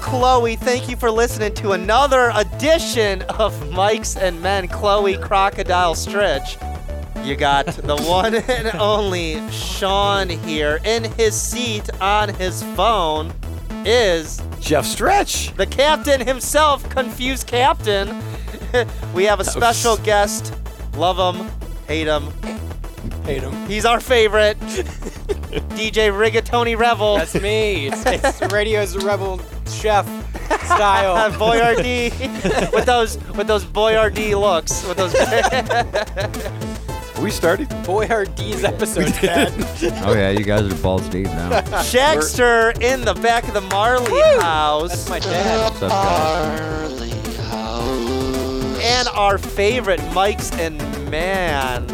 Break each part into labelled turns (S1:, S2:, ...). S1: Chloe. Thank you for listening to another edition of Mike's and Men. Chloe Crocodile Stretch. You got the one and only Sean here in his seat on his phone is
S2: Jeff Stretch.
S1: the captain himself, confused captain. we have a special guest. Love him, hate him.
S2: Hate him.
S1: He's our favorite. DJ Rigatoni Revel.
S3: That's me. It's, it's Radio's Rebel Chef
S1: Uh,
S3: style.
S1: Boyardee with those with those Boyardee looks with those
S2: We started.
S3: Boyardee's episode's bad.
S4: Oh yeah, you guys are balls deep now. What's
S1: Shagster in the back of the Marley house
S3: That's my dad.
S4: up,
S1: Uh,
S4: guys?
S1: and our favorite Mike's and man,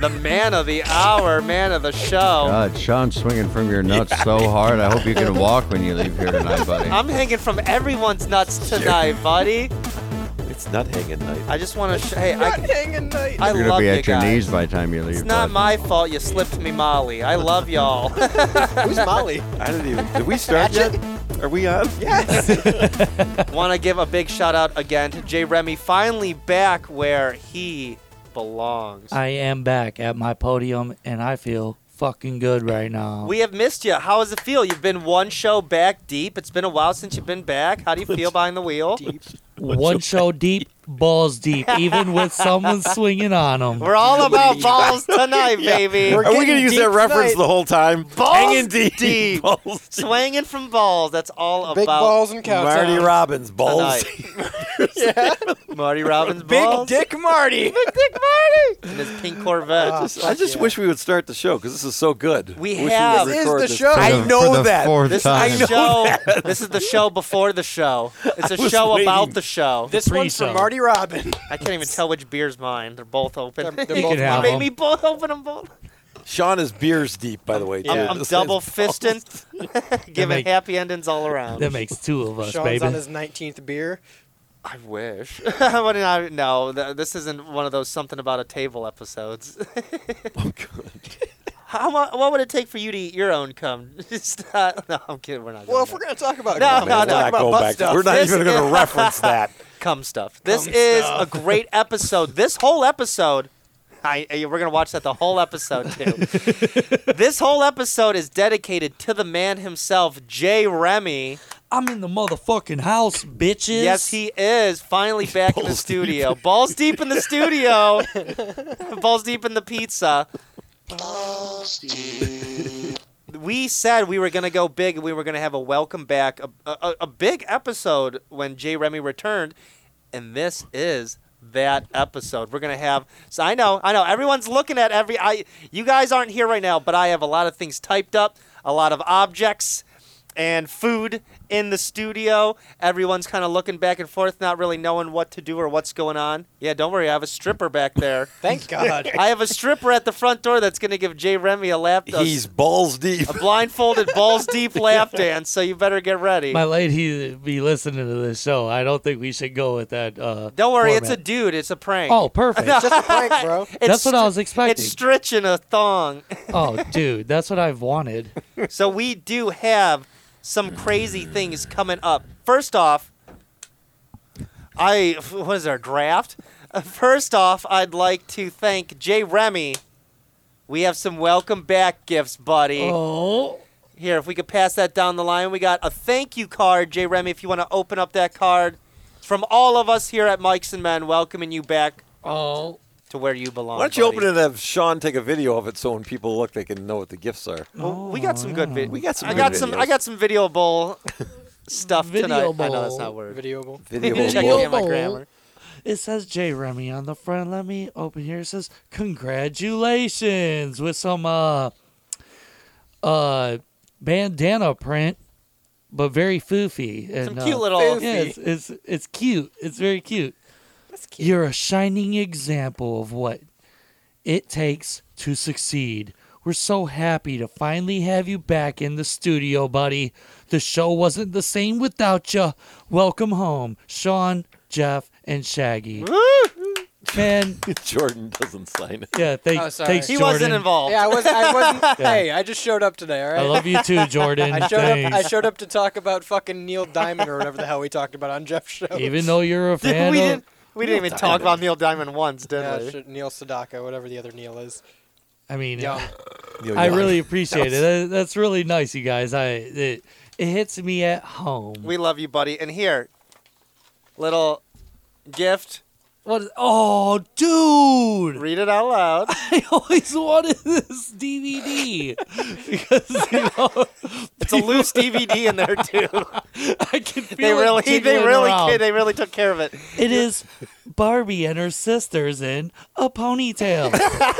S1: the man of the hour, man of the show.
S4: God, Sean's swinging from your nuts so hard. I hope you can walk when you leave here tonight, buddy.
S1: I'm hanging from everyone's nuts tonight, buddy.
S2: It's not hanging night.
S1: I just want to. Sh- hey, I, I
S4: You're
S1: love
S4: gonna be
S1: you
S4: at your
S1: guys.
S4: knees by the time you leave.
S1: It's not
S4: bud.
S1: my fault you slipped me Molly. I love y'all.
S3: Who's Molly?
S2: I didn't even. Did we start yet? Are we on?
S3: Yes.
S1: Want to give a big shout out again to Jay Remy, finally back where he belongs.
S5: I am back at my podium and I feel fucking good right now.
S1: We have missed you. How does it feel? You've been one show back deep. It's been a while since you've been back. How do you feel behind the wheel?
S5: One show deep, balls deep, even with someone swinging on them.
S1: We're all about balls tonight, baby.
S3: We're
S2: Are we gonna
S3: getting
S2: use
S3: deep
S2: that reference
S3: tonight.
S2: the whole time?
S1: Balls
S2: Hanging deep.
S1: deep.
S2: Balls deep.
S1: swinging from balls. That's all
S3: Big
S1: about
S3: balls and cow
S2: Marty
S3: towns.
S2: Robbins. Balls.
S1: tonight. yeah. Marty Robbins
S3: Big
S1: balls.
S3: Dick Marty.
S1: Big Dick Marty. And his pink Corvette.
S3: Uh,
S2: I just
S3: Yeah.
S2: wish we would start the show because this is so good.
S1: We
S2: Wish would
S1: have-
S3: This is
S2: record
S3: the show.
S4: For
S2: I
S4: the-
S2: know
S4: for the
S2: that.
S4: Fourth
S1: This is
S4: time.
S1: the show. This is the show before the show. It's a
S2: was
S1: show
S2: waiting.
S1: about the show.
S3: This one's for
S5: Pre-show.
S3: Marty Robbins.
S1: I can't even tell which beer's mine. They're both open.
S3: They're- they're
S5: You both can have
S1: made
S5: mine.
S1: me both open them both.
S2: Sean is beers deep, by the way.
S1: I'm,
S2: too.
S1: I'm
S2: This is-
S1: double fisting, giving
S5: make-
S1: happy endings all around.
S5: That makes two of us,
S3: Sean's
S5: baby.
S3: on his 19th beer.
S1: I wish. I wouldn't- I- no, th- this isn't one of those something about a table episodes. How mu- What would it take for you to eat your own cum? Just, uh, no, I'm kidding. We're not. doing
S3: Well, if
S1: that.
S3: we're gonna talk about
S1: No,
S3: we're
S1: no,
S2: Man,
S3: gonna
S1: no.
S2: we're
S3: talk
S2: not
S3: about
S2: going
S3: butt
S2: back. to-
S3: stuff.
S2: We're not
S1: This
S2: even going
S1: is-
S2: to reference that.
S1: cum stuff. This is a great episode. This whole episode, I, I- we're gonna watch that the whole episode too. this whole episode is dedicated to the man himself, Jay Remy.
S5: I'm in the motherfucking house, bitches.
S1: Yes, he is finally back in the
S2: Balls deep.
S1: studio. Balls deep in the studio. Balls deep in the pizza. We said we were going to go big and we were going to have a welcome back, a, a, a big episode when Jay Remy returned. And this is that episode. We're going to have. So I know, I know, everyone's looking at every. I You guys aren't here right now, but I have a lot of things typed up, a lot of objects and food in the studio. Everyone's kind of looking back and forth, not really knowing what to do or what's going on. Yeah, don't worry, I have a stripper back there.
S3: Thank God.
S1: I have a stripper at the front door that's going to give Jay Remy a lap a-
S2: He's balls deep.
S1: a blindfolded balls deep lap dance, so you better get ready.
S5: My lady be listening to this show. I don't think we should go with that. Uh,
S1: don't worry, it's a
S5: format.
S1: dude, it's a prank.
S5: Oh, perfect.
S3: It's just a prank, bro.
S1: It's
S5: that's what I was
S1: str-
S5: expecting.
S1: It's stretching a thong.
S5: oh, dude, that's what I've wanted.
S1: So we do have some crazy things coming up. First off, I what is our draft? Uh, First off, I'd like to thank Jay Remy. We have some welcome back gifts, buddy.
S5: Oh,
S1: Here, if we could pass that down the line, we got a thank you card, Jay Remy. If you want to open up that card, it's from all of us here at Mike's and Men, welcoming you back
S5: oh.
S1: to where you belong.
S2: Why don't you open
S1: buddy.
S2: it and have Sean take a video of it so when people look, they can know what the gifts are?
S1: Well, we got some good videos.
S2: We got some
S1: I
S2: good
S1: got some.
S2: videos.
S1: I got some video bowl stuff tonight. I know
S5: Video
S1: that's not a
S5: bowl.
S1: word.
S3: Video. bowl.
S2: Video
S1: Check
S2: bowl.
S1: in my
S5: bowl.
S1: grammar.
S5: It says J Remy on the front. Let me open here. It says congratulations with some uh uh bandana print, but very foofy. And,
S1: Some
S5: uh,
S1: cute little.
S3: Foofy.
S5: Yeah, it's, it's it's cute. It's very cute.
S3: That's cute.
S5: You're a shining example of what it takes to succeed. We're so happy to finally have you back in the studio, buddy. The show wasn't the same without you. Welcome home, Sean, Jeff, and Shaggy. Man,
S2: Jordan doesn't sign it.
S5: yeah, thank,
S3: Oh, sorry.
S5: thanks,
S1: He
S5: Jordan.
S1: wasn't involved.
S3: Yeah, I wasn't. I wasn't Hey, I just showed up today. All right.
S5: I love you too, Jordan.
S3: I showed up.
S5: thanks.
S3: I showed up to talk about fucking Neil Diamond or whatever the hell we talked about on Jeff's show.
S5: Even though you're a
S1: we
S5: fan of
S1: didn't. We didn't even talk about Neil Diamond once, did
S3: yeah,
S1: we?
S3: shit, Neil Sedaka, whatever the other Neil is.
S5: I mean,
S3: Young.
S2: Neil
S5: I
S2: Young.
S5: really appreciate it. That- That's really nice, you guys. I it, it hits me at home.
S1: We love you, buddy. And here, little gift.
S5: What? is- oh, dude!
S1: Read it out loud.
S5: I always wanted this DVD because you know
S1: It's a loose DVD in there too.
S5: I can feel
S1: they really,
S5: it
S1: they
S5: jiggling
S1: really,
S5: around.
S1: they really took care of it.
S5: It is Barbie and her sisters in a ponytail.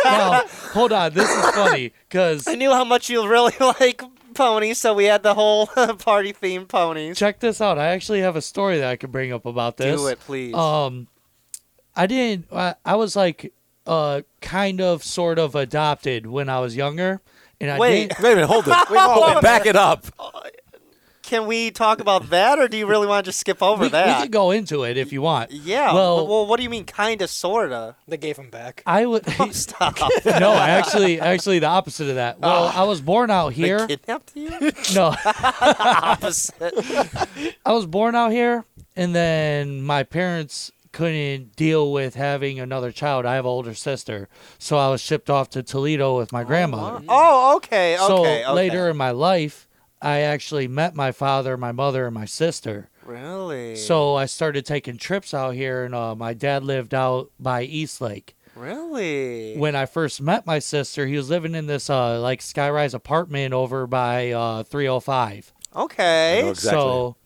S5: now, hold on. This is funny because
S1: I knew how much you really like ponies, so we had the whole party themed ponies.
S5: check this out. I actually have a story that I could bring up about this.
S1: Do it, please.
S5: Um, I didn't. I, I was like, uh, kind of, sort of adopted when I was younger, and I
S1: Wait.
S5: didn't-
S2: Wait a minute, hold it. hold it. Back it up.
S1: Can we talk about that, or do you really want to just skip over
S5: We, we
S1: that?
S5: could go into it if you want.
S1: Yeah.
S5: Well-
S1: Well, what do you mean, kinda, sorta? Oh,
S3: They gave him back.
S5: I would.
S1: Stop.
S5: no, actually, actually, the opposite of that. Well,
S1: Oh.
S5: I was born out here.
S1: They kidnapped you.
S5: No,
S1: Opposite.
S5: I was born out here, and then my parents couldn't deal with having another child. I have an older sister, so I was shipped off to Toledo with my grandmother.
S1: Oh, okay, okay.
S5: so
S1: okay.
S5: later in my life, I actually met my father, my mother, and my sister.
S1: Really.
S5: So I started taking trips out here, and uh, my dad lived out by Eastlake.
S1: Really.
S5: When I first met my sister, he was living in this uh, like skyrise apartment over by uh, 305.
S1: okay.
S2: I know exactly.
S5: So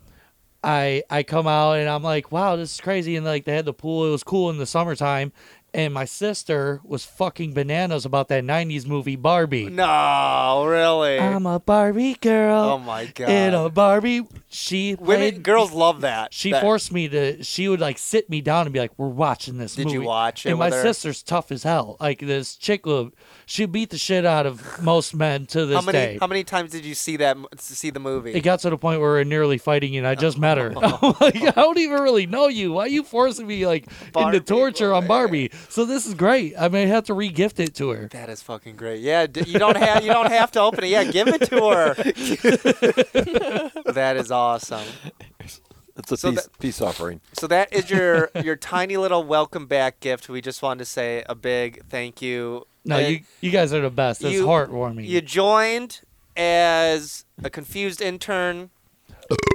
S5: I I come out and I'm like, wow, this is crazy. And like they had the pool, it was cool in the summertime. And my sister was fucking bananas about that 90s movie Barbie.
S1: No, really.
S5: I'm a Barbie girl.
S1: oh my god.
S5: in a Barbie. She
S1: Women,
S5: played,
S1: girls love that.
S5: She
S1: That-
S5: forced me to. She would like sit me down and be like, "We're watching this
S1: Did
S5: movie."
S1: you watch it
S5: And my
S1: with her?
S5: sister's tough as hell. Like this chick will, she beat the shit out of most men to this
S1: How many
S5: day.
S1: how many times did you see that m- see the movie?
S5: it got to the point where we are nearly fighting,
S1: Oh.
S5: and I just met her. I'm like, I don't even really know you. Why are you forcing me like
S1: Barbie,
S5: into torture on
S1: boy.
S5: Barbie? So this is great. I may have to regift it to her.
S1: that is fucking great. Yeah, d- you don't have you don't have to open it. Yeah, give it to her. that is awesome.
S2: It's a
S1: So
S2: peace, peace offering.
S1: So that is your your tiny little welcome back gift. We just wanted to say a big thank you.
S5: No,
S1: Uh,
S5: you you guys are the best. That's
S1: you-
S5: heartwarming.
S1: You joined as a confused intern.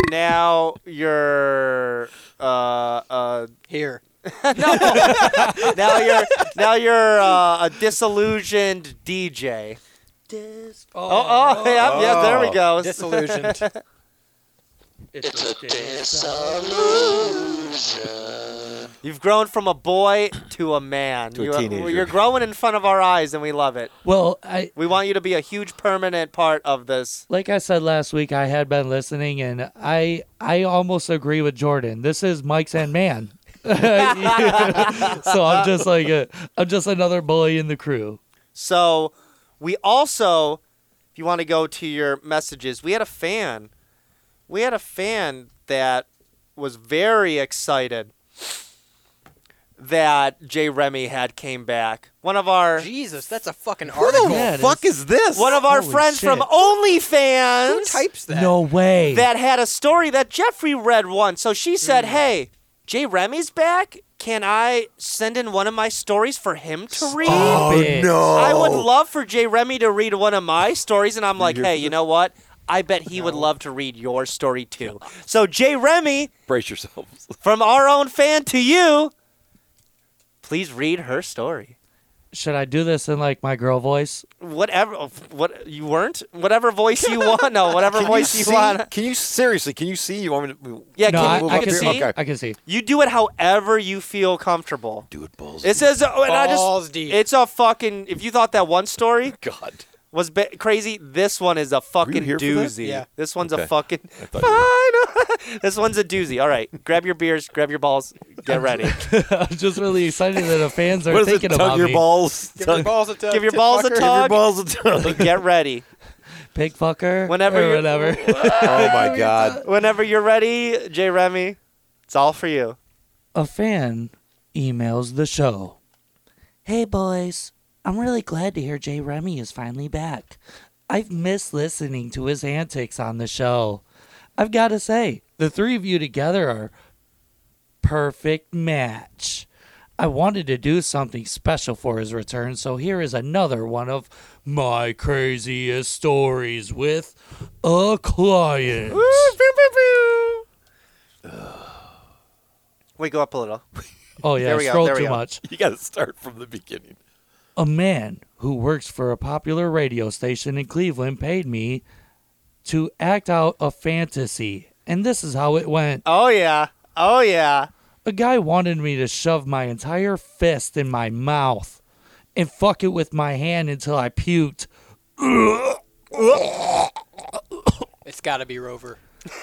S1: now you're uh, uh,
S3: Here.
S1: now you're now you're uh, a disillusioned DJ. Oh, oh, yeah, yeah, there we go.
S3: Disillusioned.
S5: it's a
S1: You've grown from a boy to a man.
S2: To a
S1: you,
S2: teenager.
S1: You're growing in front of our eyes, and we love it.
S5: Well, I
S1: We want you to be a huge permanent part of this.
S5: like I said last week, I had been listening, and I I almost agree with Jordan. This is Mike's and man. so I'm just like a, I'm just another bully in the crew.
S1: So we also, if you want to go to your messages, we had a fan. We had a fan that was very excited that Jay Remy had came back. One of our
S3: Jesus, that's a fucking article.
S5: Yeah, it
S2: fuck is this?
S1: one of our
S5: Holy
S1: friends from
S5: shit.
S3: Who
S1: OnlyFans
S3: types that?
S5: No way.
S1: that had a story that Jeffrey read once. So she said, "Hey, Jay Remy's back. Can I send in one of my stories for him to read?"
S2: Oh,
S5: Bitch.
S1: I would love for Jay Remy to read one of my stories, and I'm like,
S2: here
S1: hey,
S2: for
S1: you know what? I bet he would love to read your story too. So Jay Remy,
S2: Brace yourselves.
S1: from our own fan to you, please read her story.
S5: Should I do this in like my girl voice?
S1: Whatever, what you weren't, whatever voice you want, no, whatever voice you,
S2: see?
S1: want.
S2: Can you seriously? Can you see? You want me to?
S1: Yeah,
S5: no,
S1: can you
S5: I, I
S1: move
S5: can
S1: up
S5: see.
S1: here?
S2: Okay.
S5: I can see.
S1: You do it however you feel comfortable.
S2: Do it, balls.
S1: It says, oh, and I just,
S3: Balls deep.
S1: it's a fucking. If you thought that one story
S2: God.
S1: was ba- crazy, this one is a fucking
S2: here for that?
S1: doozy.
S3: Yeah.
S1: This one's a
S2: Okay.
S1: fucking.
S2: I thought you were-
S1: This one's a doozy. All right, grab your beers, grab your balls, get ready.
S5: I'm just really excited that the fans are
S2: What is it?
S5: thinking about
S2: Tug your
S5: me.
S2: balls.
S3: Give your
S2: Tug
S3: balls a tug.
S1: Give your balls a
S3: fucker.
S1: tug.
S2: your balls a tug.
S1: get ready.
S5: Pig fucker.
S1: Whenever
S5: or
S1: you're-
S5: whatever.
S2: Oh my God.
S1: Whenever you're ready, Jay Remy, it's all for you.
S5: a fan emails the show. Hey, boys, I'm really glad to hear Jay Remy is finally back. I've missed listening to his antics on the show. I've got to say, the three of you together are perfect match. I wanted to do something special for his return, so here is another one of my craziest stories with a client.
S1: Wait, go up a little.
S5: Oh yeah,
S1: There
S5: I
S1: we go,
S5: scrolled
S1: there we
S5: too
S1: go.
S5: much.
S2: You got to start from the beginning.
S5: A man who works for a popular radio station in Cleveland paid me to act out a fantasy, and this is how it went.
S1: Oh yeah. Oh yeah.
S5: A guy wanted me to shove my entire fist in my mouth and fuck it with my hand until I puked.
S3: It's got to be Rover. it's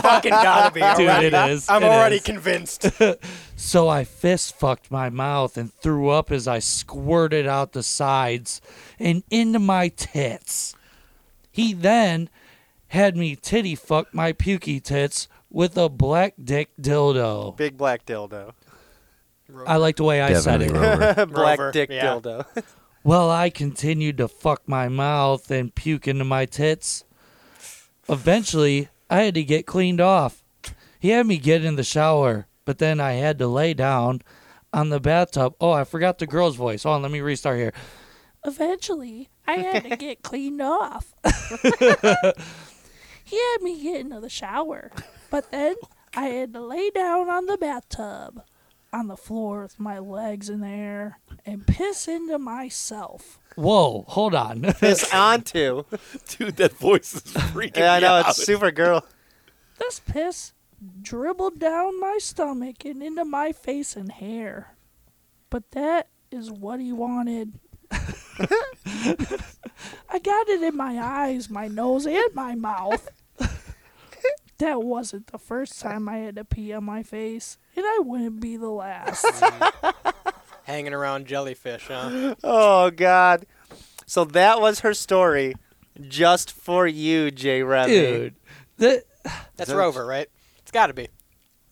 S3: fucking got to be.
S5: Dude,
S3: already.
S5: it is.
S3: I'm
S5: It
S3: already
S5: is.
S3: convinced.
S5: So I fist fucked my mouth and threw up as I squirted out the sides and into my tits. He then had me titty fuck my pukey tits with a black dick dildo.
S1: Big black dildo.
S5: I like the way I said
S4: Definitely
S5: it.
S4: Rover.
S1: black
S3: Rover,
S1: dick
S3: yeah.
S1: dildo.
S5: Well, I continued to fuck my mouth and puke into my tits. Eventually, I had to get cleaned off. He had me get in the shower, but then I had to lay down on the bathtub. Oh, I forgot the girl's voice. Hold on, let me restart here.
S6: Eventually, I had to get cleaned off. he had me get into the shower, but then I had to lay down on the bathtub, on the floor with my legs in the air, and piss into myself.
S5: Whoa, hold on.
S1: Piss onto.
S2: Dude, that voice is freaking
S1: Yeah, I know
S2: me out.
S1: it's super girl.
S6: This piss dribbled down my stomach and into my face and hair. But that is what he wanted. I got it in my eyes, my nose, and my mouth. That wasn't the first time I had to pee on my face, and I wouldn't be the last.
S3: Hanging around jellyfish, huh?
S1: Oh God. So that was her story, just for you, Jay Remy.
S5: Dude, that,
S3: That's
S2: that-
S3: Rover, right? It's got to be.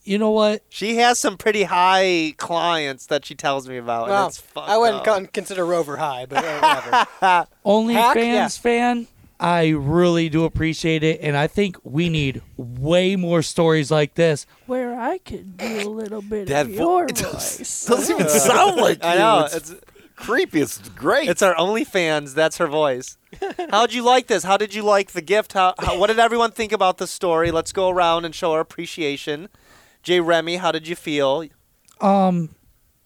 S5: you know what?
S1: She has some pretty high clients that she tells me about. and
S3: Well,
S1: it's fucked
S3: I wouldn't
S1: up.
S3: con- consider Rover high, but uh, whatever.
S5: Only
S3: Heck
S5: fans fan, I really do appreciate it. And I think we need way more stories like this.
S6: Where I could do a little bit
S2: That
S6: of
S2: vo-
S6: your
S2: it does-
S6: voice.
S2: doesn't even sound like
S1: I
S2: you.
S1: know.
S2: It's,
S1: It's
S2: creepy. It's great.
S1: it's our OnlyFans. That's her voice. How'd you like this? How did you like the gift? How, how what did everyone think about the story? Let's go around and show our appreciation. Jay Remy, how did you feel?
S5: Um,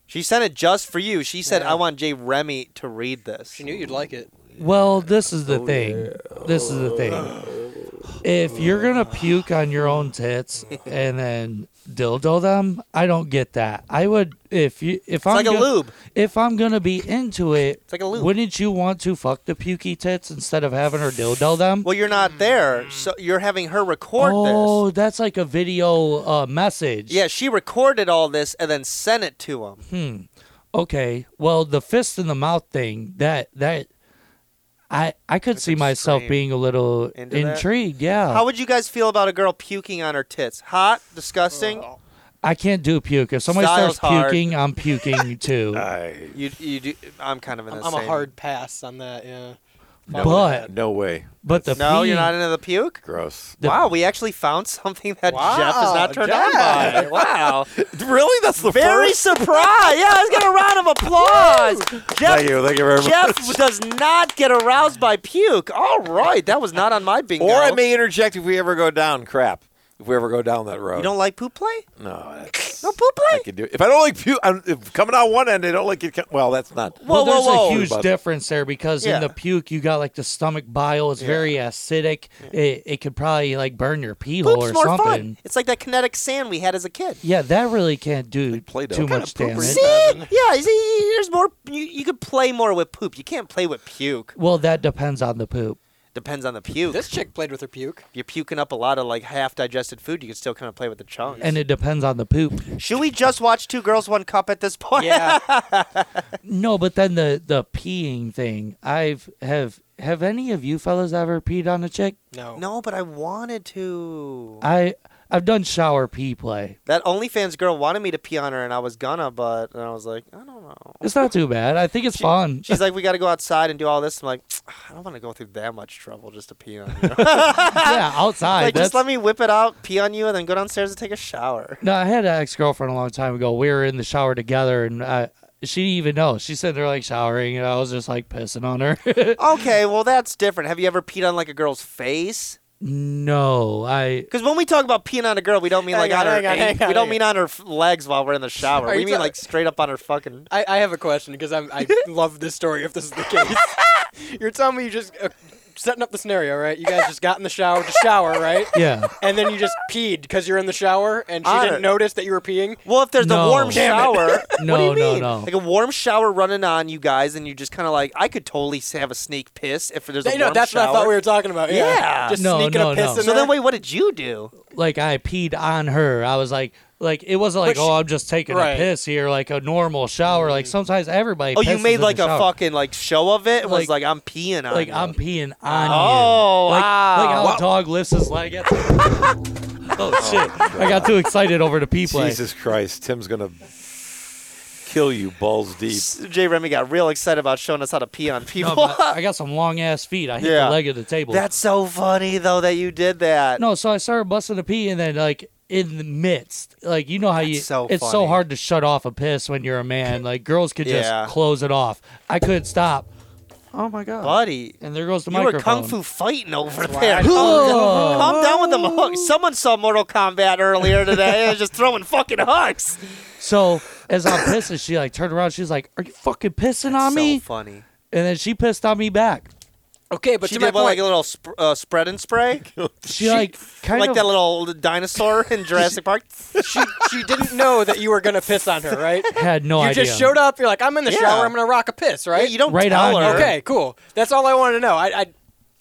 S1: She sent it just for you. She said,
S3: Yeah.
S1: "I want Jay Remy to read this."
S3: She knew you'd like it.
S5: Well, this is the thing. This is the thing. If you're gonna puke on your own tits and then dildo them, I don't get that. I would if you if
S1: It's
S5: I'm
S1: like a
S5: gonna,
S1: lube.
S5: if I'm gonna be into it,
S1: It's like a lube.
S5: wouldn't you want to fuck the pukey tits instead of having her dildo them?
S1: Well, you're not
S3: Mm-hmm.
S1: there, so you're having her record
S5: oh,
S1: this.
S5: that's like a video uh, message.
S1: Yeah, she recorded all this and then sent it to him.
S5: Okay. Well, the fist in the mouth thing that that. I, I could see myself
S1: extreme.
S5: being a little
S1: Into that?
S5: intrigued, yeah.
S1: How would you guys feel about a girl puking on her tits? Hot, disgusting.
S5: I can't do puke. If somebody
S1: Style's hard.
S5: starts puking, I'm puking too.
S2: I,
S1: You, you do. I'm kind of in the
S3: I'm, I'm a
S1: same-
S3: hard pass on that. Yeah.
S5: But-
S3: Follow that.
S2: no way.
S5: but the
S1: No, you're
S5: pee-
S1: not into the puke.
S2: Gross.
S5: The-
S1: wow, we actually found something that Jeff is not turned
S3: Jeff.
S1: on by. Wow,
S2: Really? That's the
S1: very surprised. Yeah, let's get a round of applause. Jeff
S2: Thank you. Thank you very much.
S1: Jeff does not get aroused by puke. All right, that was not on my bingo.
S2: Or I may interject if we ever go down crap. If we ever go down that road.
S1: You don't like poop play?
S2: No, that's,
S1: No poop
S2: I
S1: play?
S2: can do it. If I don't like puke, I'm, if coming out one end, I don't like it. co- Well, that's not.
S1: Whoa,
S5: Well,
S1: whoa,
S5: there's
S1: whoa.
S5: a huge
S2: But-
S5: difference there because
S1: Yeah.
S5: in the puke, you got like the stomach bile is very acidic. It, it could probably like burn your pee hole
S1: Poop's
S5: or
S1: more
S5: something.
S1: fun. It's like that kinetic sand we had as a kid.
S5: Yeah, that really can't do
S2: Play-Doh.
S5: too
S2: What kind
S5: much
S2: of poop
S5: damage.
S2: is
S1: See? Yeah, you see, there's more. You, you could play more with poop. You can't play with puke.
S5: Well, that depends on the poop.
S1: Depends on the puke.
S3: This chick played with her puke.
S1: You're puking up a lot of like half digested food. You can still kind of play with the chunks.
S5: And it depends on the poop.
S1: Should we just watch Two Girls, One Cup at this point?
S3: Yeah.
S5: No, but then the the peeing thing. I've have have any of you fellas ever peed on a chick?
S3: No.
S1: No, but I wanted to.
S5: I I've done shower pee play.
S1: That OnlyFans girl wanted me to pee on her, and I was gonna, but and I was like, I don't know.
S5: It's not too bad. I think it's fun.
S1: She's like, we got to go outside and do all this. I'm like, I don't want to go through that much trouble just to pee on you.
S5: yeah, outside.
S1: like,
S5: that's,
S1: just let me whip it out, pee on you, and then go downstairs and take a shower.
S5: No, I had an ex girlfriend a long time ago. We were in the shower together, and I, she didn't even know. She said they're like showering, and I was just like pissing on her.
S1: Okay, well that's different. Have you ever peed on like a girl's face?
S5: no, I.
S1: Because when we talk about peeing on a girl, we don't mean
S3: Hang
S1: like on,
S3: on,
S1: her.
S3: hang on, hang
S1: we
S3: on,
S1: don't
S3: hang
S1: mean on her f- legs while we're in the shower.
S3: Are
S1: we
S3: you
S1: mean
S3: ta-
S1: like straight up on her fucking.
S3: I, I have a question because I, I love this story. If this is the case, you're telling me you just uh, setting up the scenario, right? You guys just got in the shower to shower, right?
S5: Yeah.
S3: And then you just peed because you're in the shower, and she
S1: On
S3: didn't
S1: it.
S3: notice that you were peeing.
S1: Well, if there's a
S5: No.
S1: warm
S5: Damn
S1: shower, what do
S5: No,
S1: you
S5: no,
S1: mean?
S5: no.
S1: Like a warm shower running on you guys, and you just kind of like, I could totally s- have a sneak piss if there's a
S3: They
S1: warm
S3: know, that's
S1: shower.
S3: what I thought we were talking about. Yeah,
S1: Yeah.
S3: just
S5: No,
S3: sneaking
S5: no,
S3: a piss
S5: no.
S3: in
S1: so
S3: there.
S1: then, wait, what did you do?
S5: Like, I peed on her. I was like, like it wasn't like,
S3: But she-
S5: oh, I'm just taking
S3: Right.
S5: a piss here, like a normal shower. Like sometimes everybody.
S1: Mm. Oh, you
S5: pisses
S1: made
S5: in
S1: like
S5: the
S1: a
S5: shower.
S1: fucking like show of it. It was
S5: Like-
S1: like I'm peeing on.
S5: Like
S1: you.
S5: I'm peeing on
S1: Oh,
S5: you. Like, Like
S1: wow.
S5: how a dog lifts his leg. At oh shit! I got too excited over the pee play.
S2: Jesus Christ, Tim's gonna kill you balls deep.
S1: S- Jay Remy got real excited about showing us how to pee on
S5: No,
S1: people.
S5: but I got some long ass feet. I hit
S1: Yeah.
S5: the leg of the table.
S1: That's so funny though that you did that.
S5: No, so I started busting a pee, and then like in the midst, like you know how you,
S1: That's so
S5: it's so
S1: funny.
S5: hard to shut off a piss when you're a man. Like girls could just
S1: Yeah.
S5: close it off. I couldn't stop. Oh my god!
S1: buddy,
S5: And there goes the
S1: you were
S5: microphone.
S1: kung fu fighting over
S3: why
S1: there.
S3: I-
S5: Oh.
S1: Calm down with them hooks. Someone saw Mortal Kombat earlier today and just throwing fucking hooks.
S5: So as I'm pissing, she like turned around. She's like, "Are you fucking pissing on me?"
S1: So funny.
S5: and then she pissed on me back.
S3: okay, but
S1: she
S3: to my
S1: did what, like
S3: point,
S1: a little sp- uh, spread and spray,
S5: She, like kind
S1: like
S5: of
S1: that little dinosaur in Jurassic Park.
S3: she she didn't know that you were gonna piss on her, right?
S5: had no
S3: you
S5: idea.
S3: just showed up. You're like, I'm in the
S1: Yeah.
S3: shower. I'm gonna rock a piss, right?
S1: Yeah, you don't
S5: Right
S1: tell
S5: on
S1: her.
S5: her.
S3: Okay, cool. That's all I wanted to know. I, I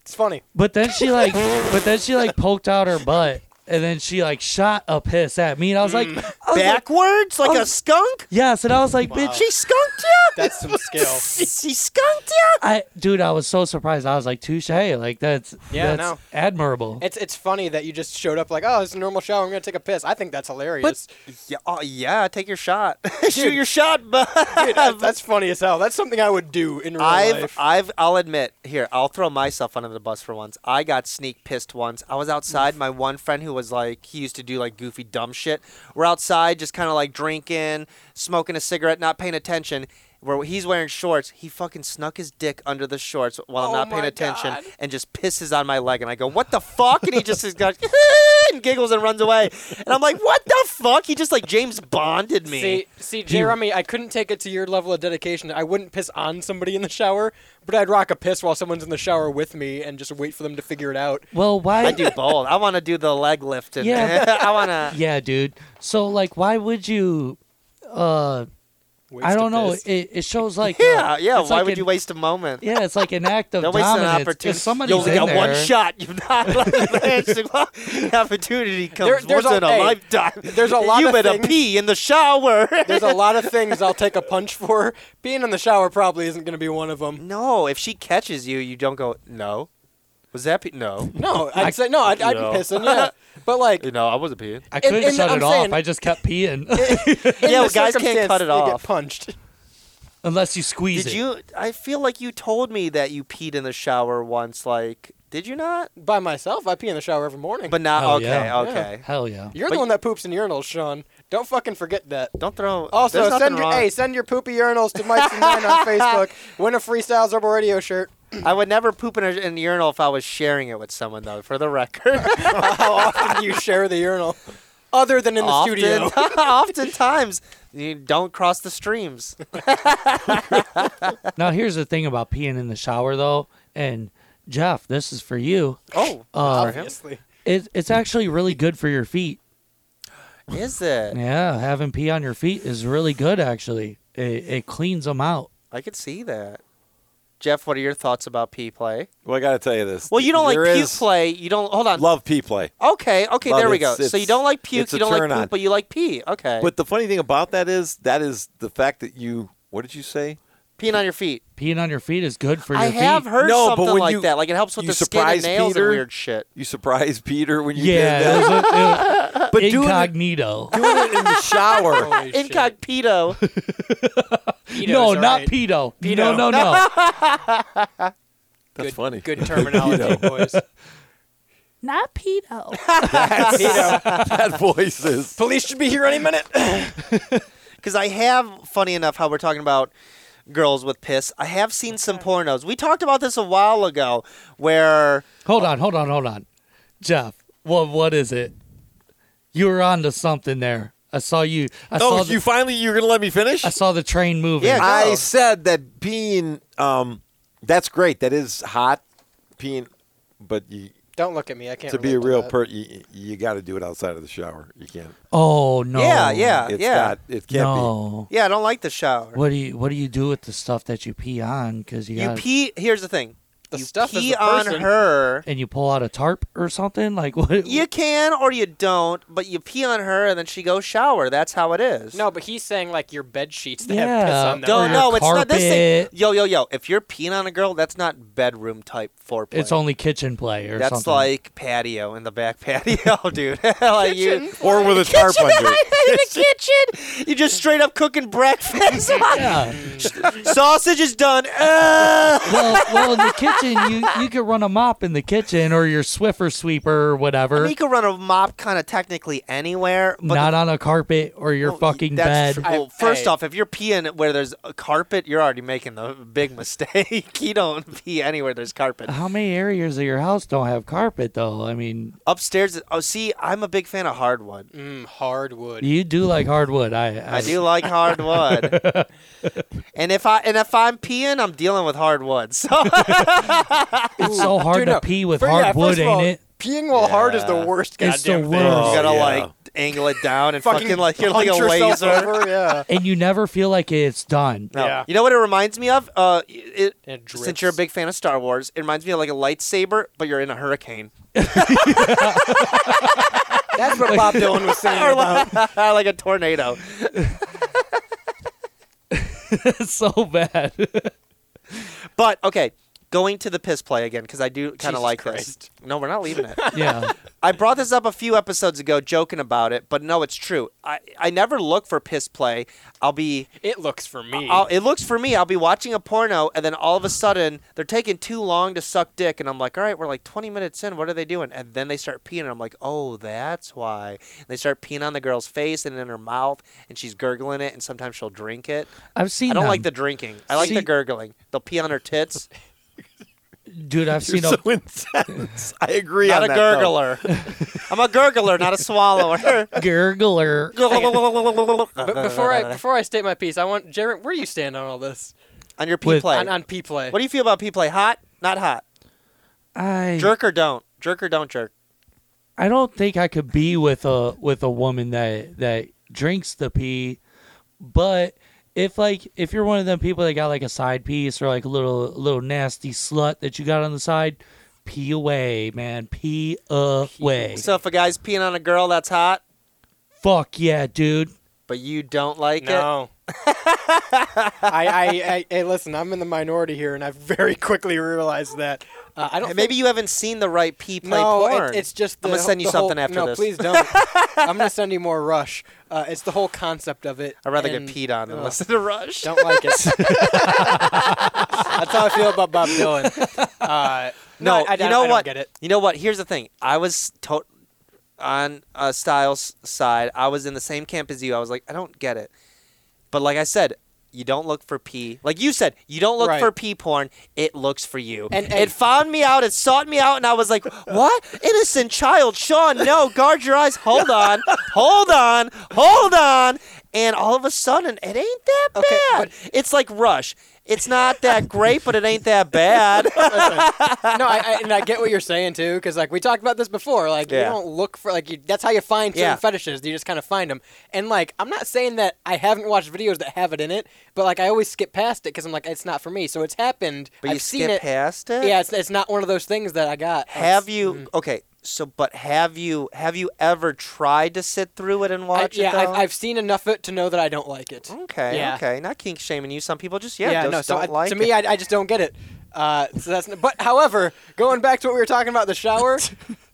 S3: it's funny.
S5: But then she like, but then she like poked out her butt, and then she like shot a piss at me, and I was like,
S1: Mm.
S5: I was like
S1: Backwards, like Oh. a skunk.
S5: yes, and I was like, bitch,
S1: She skunked you.
S3: That's some skill.
S1: she skunked you.
S5: I dude, I was so surprised. I was like, touche, like that's
S3: Yeah, I
S5: that's
S3: know.
S5: admirable.
S3: It's it's funny that you just showed up like, oh, it's a normal shower. I'm gonna take a piss. I think that's hilarious.
S1: Yeah, oh, yeah. Take your shot. Shoot your shot, bud.
S3: Dude, that- that's funny as hell. That's something I would do in real
S1: I've,
S3: life.
S1: I've, I'll admit here. I'll throw myself under the bus for once. I got sneak pissed once. I was outside. My one friend who was like, he used to do like goofy dumb shit. We're outside, just kind of like drinking, smoking a cigarette, not paying attention. Where he's wearing shorts, he fucking snuck his dick under the shorts while I'm
S3: Oh
S1: not paying
S3: my
S1: attention,
S3: God.
S1: and just pisses on my leg. And I go, "What the fuck?" And he just is like, and giggles and runs away. And I'm like, "What the fuck?" He just like James Bonded me.
S3: See, see, Jeremy, I couldn't take it to your level of dedication. I wouldn't piss on somebody in the shower, but I'd rock a piss while someone's in the shower with me and just wait for them to figure it out.
S5: well, why?
S1: I do both. I want to do the leg lift. And
S5: Yeah.
S1: I want to.
S5: yeah, dude. So like, why would you? Uh,
S3: Waste
S5: I
S3: a
S5: don't know.
S3: piss.
S5: It, it shows like
S1: Yeah,
S5: uh,
S1: yeah.
S5: it's
S1: Why
S5: like
S1: would
S5: an-
S1: you waste a moment?
S5: Yeah, it's like an act of
S1: Don't waste an
S5: dominance.
S1: opportunity.
S5: If somebody's
S1: you only
S5: in
S1: got
S5: there,
S1: one shot. You've not let the opportunity
S3: There-
S1: comes
S3: there's
S1: once
S3: a-
S1: in a
S3: hey,
S1: lifetime.
S3: there's a lot
S1: You
S3: of
S1: better
S3: things-
S1: pee in the shower.
S3: There's a lot of things I'll take a punch for. Being in the shower probably isn't going to be one of them.
S1: no, if she catches you, you don't go. No, was that pee? No,
S3: No, I'd say no. I'd, I'd
S1: No.
S3: be pissing. Yeah, but like
S1: you know I wasn't peeing.
S5: I couldn't
S3: and
S5: shut
S3: I'm
S5: it off.
S3: saying-
S5: I just kept peeing
S3: in
S1: Yeah,
S3: the
S1: well, guys can't
S3: circumstance,
S1: cut it
S3: they
S1: off.
S3: Get punched.
S5: unless you squeeze
S1: Did
S5: it.
S1: you? I feel like you told me that you peed in the shower once. Like, did you not?
S3: By myself, I pee in the shower every morning.
S1: But not.
S5: Oh,
S1: okay,
S5: yeah.
S1: okay.
S5: Hell yeah.
S3: You're
S1: But-
S3: the one that poops in urinals, Sean. Don't fucking forget that.
S1: Don't throw.
S3: Also,
S1: Oh, there's nothing
S3: send your
S1: wrong.
S3: hey, send your poopy urinals to Mike's and mine on Facebook. Win a free Styles Rebel Radio shirt.
S1: I would never poop in a, in a urinal if I was sharing it with someone, though. For the record,
S3: How often do you share the urinal? Other than in the
S1: Often-
S3: studio.
S1: oftentimes, you don't cross the streams.
S5: Now here's the thing about peeing in the shower though, and Jeff, this is for you.
S1: Oh,
S5: Uh,
S3: Obviously.
S5: It, it's
S1: Hmm.
S5: actually really good for your feet.
S1: is it?
S5: Yeah, having pee on your feet is really good. Actually, it, it cleans them out.
S1: I could see that. Jeff, what are your thoughts about pee play?
S2: Well, I gotta tell you this.
S1: Well, you don't
S2: There
S1: like puke
S2: is-
S1: play. You don't. Hold on.
S2: Love pee play.
S1: okay, okay,
S2: Love,
S1: there we go.
S2: it's-
S1: So you
S2: it's-
S1: don't like puke,
S2: it's a
S1: you don't like
S2: turn
S1: poop,
S2: on.
S1: but you like pee. Okay.
S2: But the funny thing about that is that is the fact that you. What did you say?
S1: peeing on your feet.
S5: Peeing on your feet is good for your
S1: I have
S5: feet.
S1: heard
S2: No, but
S1: something
S2: when
S1: like
S2: you-
S1: that. Like it helps with
S2: you
S1: the skin and
S2: surprised
S1: nails
S2: Peter?
S1: and weird shit.
S2: You surprised Peter when you
S5: yeah,
S2: did that.
S5: it was a- it was-
S2: But doing it-
S5: incognito.
S2: Doing it in the shower.
S3: Holy shit.
S1: Incognito.
S3: Pedos,
S5: No,
S3: all
S5: not
S3: right.
S5: pedo.
S3: Pedo.
S5: No, no, no.
S2: That's
S3: good,
S2: funny.
S3: Good terminology, boys.
S6: Not pedo.
S3: Pedo.
S2: That voice is. Oh,
S3: Police should be here any minute.
S1: Because I have, funny enough, how we're talking about girls with piss. I have seen some pornos. We talked about this a while ago, where
S5: hold on, hold on, hold on. Jeff, what what is it? You were on to something there. I saw you. I
S2: oh,
S5: saw
S2: you
S5: the,
S2: finally you're gonna let me finish?
S5: I saw the train moving.
S1: Yeah,
S2: I
S1: No.
S2: said that peeing. Um, that's great. That is hot, peeing. But you,
S3: Don't look at me. I can't.
S2: to be a
S3: relate
S2: real
S3: that.
S2: per, you, you got to do it outside of the shower. You can't.
S5: Oh no.
S1: Yeah, yeah.
S2: It's not. It can't
S5: No.
S1: yeah, I don't like the shower.
S5: What do you What do you do with the stuff that you pee on? Because you,
S1: you
S5: gotta-
S1: pee. Here's the thing.
S3: The
S1: you
S3: stuff is
S1: pee
S3: the
S1: on
S3: person.
S1: her.
S5: and you pull out a tarp or something like what?
S1: You can or you don't, but you pee on her and then she goes shower. That's how it is.
S3: No, but he's saying like your bed sheets that have
S5: Yeah.
S3: piss on them.
S5: Or
S1: Don't,
S5: your
S1: no, it's not this thing.
S5: carpet.
S1: Yo, yo, yo. If you're peeing on a girl, that's not bedroom type foreplay.
S5: It's only kitchen play or
S1: That's
S5: something.
S1: like patio in the back patio, dude. like you,
S2: be. Or with a tarp under it.
S1: in the kitchen, you just straight up cooking breakfast.
S5: Yeah.
S1: Sausage is done. Ah!
S5: well, well, in the kitchen, you you could run a mop in the kitchen or your Swiffer sweeper or
S1: I
S5: whatever.
S1: mean, you could run a mop kind of technically anywhere, but
S5: not on a carpet or your
S1: Well, Oh, y-
S5: fucking
S1: that's
S5: bed.
S1: tr- well,
S3: I-
S1: first
S3: hey.
S1: off, if you're peeing where there's a carpet, you're already making the big mistake. you don't pee anywhere there's carpet.
S5: How many areas of your house don't have carpet though? I mean,
S1: Upstairs, oh, see, I'm a big fan of hardwood.
S3: Mm, hardwood.
S5: you do like hardwood. I I,
S1: I
S3: Mm.
S1: do like hardwood. and if I and if I'm peeing, I'm dealing with hardwood. So
S5: It's so hard
S3: Dude,
S5: to
S3: no.
S5: pee with
S3: But yeah,
S5: hardwood,
S3: first of all,
S5: ain't it?
S3: Peeing while hard is the
S1: Yeah.
S3: worst.
S5: It's the
S3: goddamn thing.
S5: worst.
S1: you gotta
S2: yeah.
S1: like angle it down and
S3: Oh, Fucking
S1: fucking, like you're like a
S3: hunch yourself
S1: laser.
S3: over, yeah.
S5: And you never feel like it's done.
S1: No.
S3: Yeah.
S1: You know what it reminds me of? Uh, it,
S3: And it
S1: since you're a
S3: drips.
S1: big fan of Star Wars, it reminds me of like a lightsaber, but you're in a hurricane.
S3: That's what Bob Dylan was saying
S1: Or
S3: about.
S1: like, like a tornado.
S5: It's so bad.
S1: But okay, going to the piss play again because I do kind of
S3: Jesus
S1: like
S3: Christ.
S1: this. No, we're not leaving it.
S5: yeah.
S1: I brought this up a few episodes ago, joking about it, but no, it's true. I, I never look for piss play. I'll be.
S3: It looks for me.
S1: I'll, it looks for me. I'll be watching a porno, and then all of a sudden, they're taking too long to suck dick, and I'm like, "All right, we're like 20 minutes in. What are they doing?" And then they start peeing, and I'm like, "Oh, that's why." And they start peeing on the girl's face and in her mouth, and she's gurgling it, and sometimes she'll drink it.
S5: I've seen
S1: I don't
S5: them.
S1: like the drinking. I like the
S5: See-
S1: gurgling. They'll pee on her tits.
S5: dude, I've
S2: You're
S5: seen
S2: so
S5: a
S2: intense. I agree
S1: not
S2: on
S1: a
S2: that, though.
S1: gurgler. I'm a gurgler, not a swallower.
S5: gurgler.
S3: but before I before I state my piece, I want Jared. Where do you stand on all this?
S1: on your pee
S5: With-
S1: play,
S3: On on P play.
S1: what do you feel about pee play? Hot, not hot.
S5: I
S1: Jerk or don't. Jerk or don't jerk.
S5: I don't think I could be with a with a woman that that drinks the pee, but if like if you're one of them people that got like a side piece or like a little little nasty slut that you got on the side, pee away, man, pee away.
S1: So if a guy's peeing on a girl, that's hot,
S5: Fuck yeah, dude.
S1: but you don't like it.
S3: no. I, I, I hey, listen. I'm in the minority here, and I very quickly realized that. Uh, I don't.
S1: And
S3: think-
S1: maybe you haven't seen the right pee play
S3: no, it-
S1: porn.
S3: it's just. The,
S1: I'm gonna send you
S3: the whole-
S1: something after
S3: no,
S1: this.
S3: please don't. I'm gonna send you more Rush. Uh, it's the whole concept of it.
S1: I'd rather
S3: and-
S1: get peed on than
S3: Ugh.
S1: listen to Rush.
S3: Don't like it. That's how I feel about Bob Dylan. Uh,
S1: No,
S3: I, I-
S1: you know
S3: I don't
S1: what?
S3: get it.
S1: You know what? Here's the thing. I was to- on uh, Styles' side. I was in the same camp as you. I was like, I don't get it. But like I said, you don't look for pee. Like you said, you don't look
S3: Right.
S1: for pee porn. It looks for you.
S3: And-
S1: it
S3: and-
S1: found me out. It sought me out, and I was like, "What? Innocent child, Sean? No, guard your eyes. Hold on, hold on, hold on." And all of a sudden, it ain't that bad.
S3: Okay, but-
S1: it's like Rush. It's not that great, but it ain't that bad.
S3: no, I, I, and I get what you're saying too, because like we talked about this before. Like you
S1: Yeah.
S3: don't look for like you, that's how you find certain
S1: Yeah.
S3: fetishes. You just kind of find them. And like I'm not saying that I haven't watched videos that have it in it, but like I always skip past it because I'm like it's not for me. So it's happened.
S1: But
S3: I've
S1: you
S3: seen
S1: skip
S3: it.
S1: past it.
S3: Yeah, it's, it's not one of those things that I got.
S1: Have
S3: It's- Mm.
S1: you okay? So, but have you have you ever tried to sit through it and
S3: I-
S1: watch
S3: yeah,
S1: it?
S3: I've,
S1: though?
S3: I've seen enough of it to know that I don't like it.
S1: okay,
S3: yeah.
S1: okay. Not kink shaming you. Some people just yeah, just
S3: no. So
S1: don't
S3: I-
S1: like
S3: to
S1: it.
S3: me, I, I just don't get it. Uh, so that's. But however, going back to what we were talking about, the shower,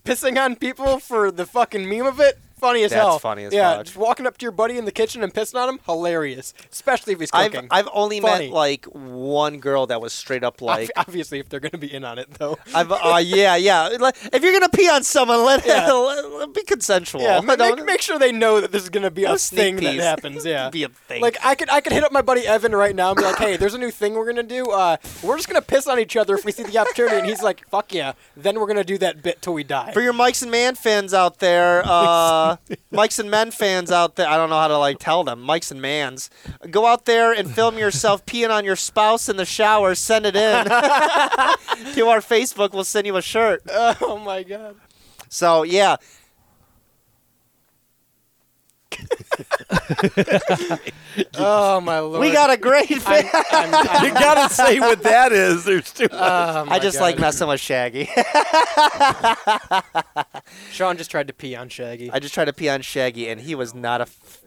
S3: pissing on people for the fucking meme of it. funny as
S1: That's
S3: hell.
S1: funny as
S3: yeah,
S1: fuck.
S3: just walking up to your buddy in the kitchen and pissing on him, hilarious. Especially if he's
S1: I've
S3: cooking.
S1: I've only
S3: Funny.
S1: met like one girl that was straight up
S3: Ob-
S1: like.
S3: obviously if they're gonna be in on it though.
S1: I've, uh, yeah, yeah. Like, If you're gonna pee on someone, let
S3: Yeah.
S1: it let, let- be consensual.
S3: Yeah, ma-
S1: Don't-
S3: make, make sure they know that this is gonna be
S1: No
S3: a
S1: sneak
S3: thing that
S1: peeks.
S3: happens. Yeah,
S1: Be a thing.
S3: Like I could, I could hit up my buddy Evan right now and be like, "Hey, there's a new thing we're gonna do. Uh, we're just gonna piss on each other if we see the opportunity." And he's like, "Fuck yeah!" Then we're gonna do that bit till we die.
S1: For your Mikes and Man fans out there, uh, Mikes and Men fans out there, I don't know how to like tell them, Mikes and Mans, go out there and film yourself peeing on your spouse in the shower. Send it in to our Facebook. We'll send you a shirt.
S3: oh my god.
S1: So yeah,
S3: Oh my lord.
S1: we got a great. Fan.
S3: I'm, I'm,
S2: you gotta say what that is. There's too much.
S3: oh my
S1: I just like
S3: God.
S1: messing with Shaggy.
S3: Sean just tried to pee on Shaggy.
S1: I just tried to pee on Shaggy, and he was not a. F-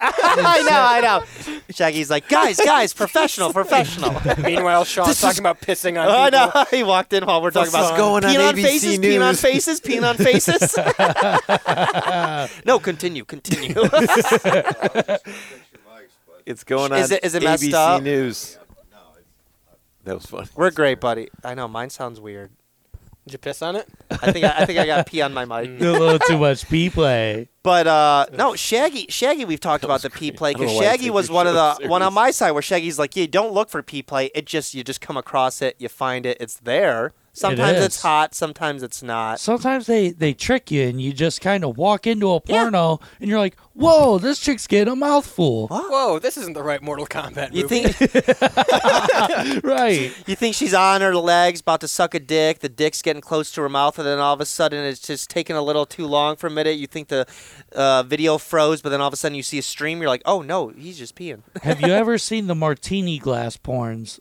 S1: I know, I know. Shaggy's like, guys, guys, professional, professional.
S3: Meanwhile, Sean's
S2: This
S3: talking
S2: is-
S3: about pissing on
S1: I
S3: people.
S1: know. He walked in while we're talking
S2: What's
S1: about
S2: going on
S1: peeing
S2: ABC
S1: faces, peeing on
S2: News?
S1: faces, peeing on faces. no, continue, continue.
S2: It's going on.
S1: Is it- is it messed
S2: ABC
S1: up?
S2: News. That was funny.
S1: we're great, buddy. I know mine sounds weird.
S3: Did you piss on it?
S1: I think I, I think I got pee on my mic.
S5: a little too much pee play.
S1: But uh, no, Shaggy, Shaggy, we've talked about the pee play
S2: I don't
S1: because
S2: know why I
S1: Shaggy
S2: take
S1: was
S2: your
S1: one of the
S2: show
S1: one on
S2: serious.
S1: my side where Shaggy's like, yeah, don't look for pee play. It just you just come across it, you find it, it's there. Sometimes it's
S5: is.
S1: hot, sometimes it's not.
S5: Sometimes they they trick you and you just kind of walk into a porno and you're like, "Whoa, this chick's getting a mouthful."
S3: Whoa, this isn't the right Mortal Kombat movie.
S1: You think
S5: Right.
S1: You think she's on her legs, about to suck a dick. The dick's getting close to her mouth, and then all of a sudden, it's just taking a little too long for a minute. You think the uh, video froze, but then all of a sudden, you see a stream. You're like, "Oh no, he's just peeing."
S5: Have you ever seen the martini glass porns?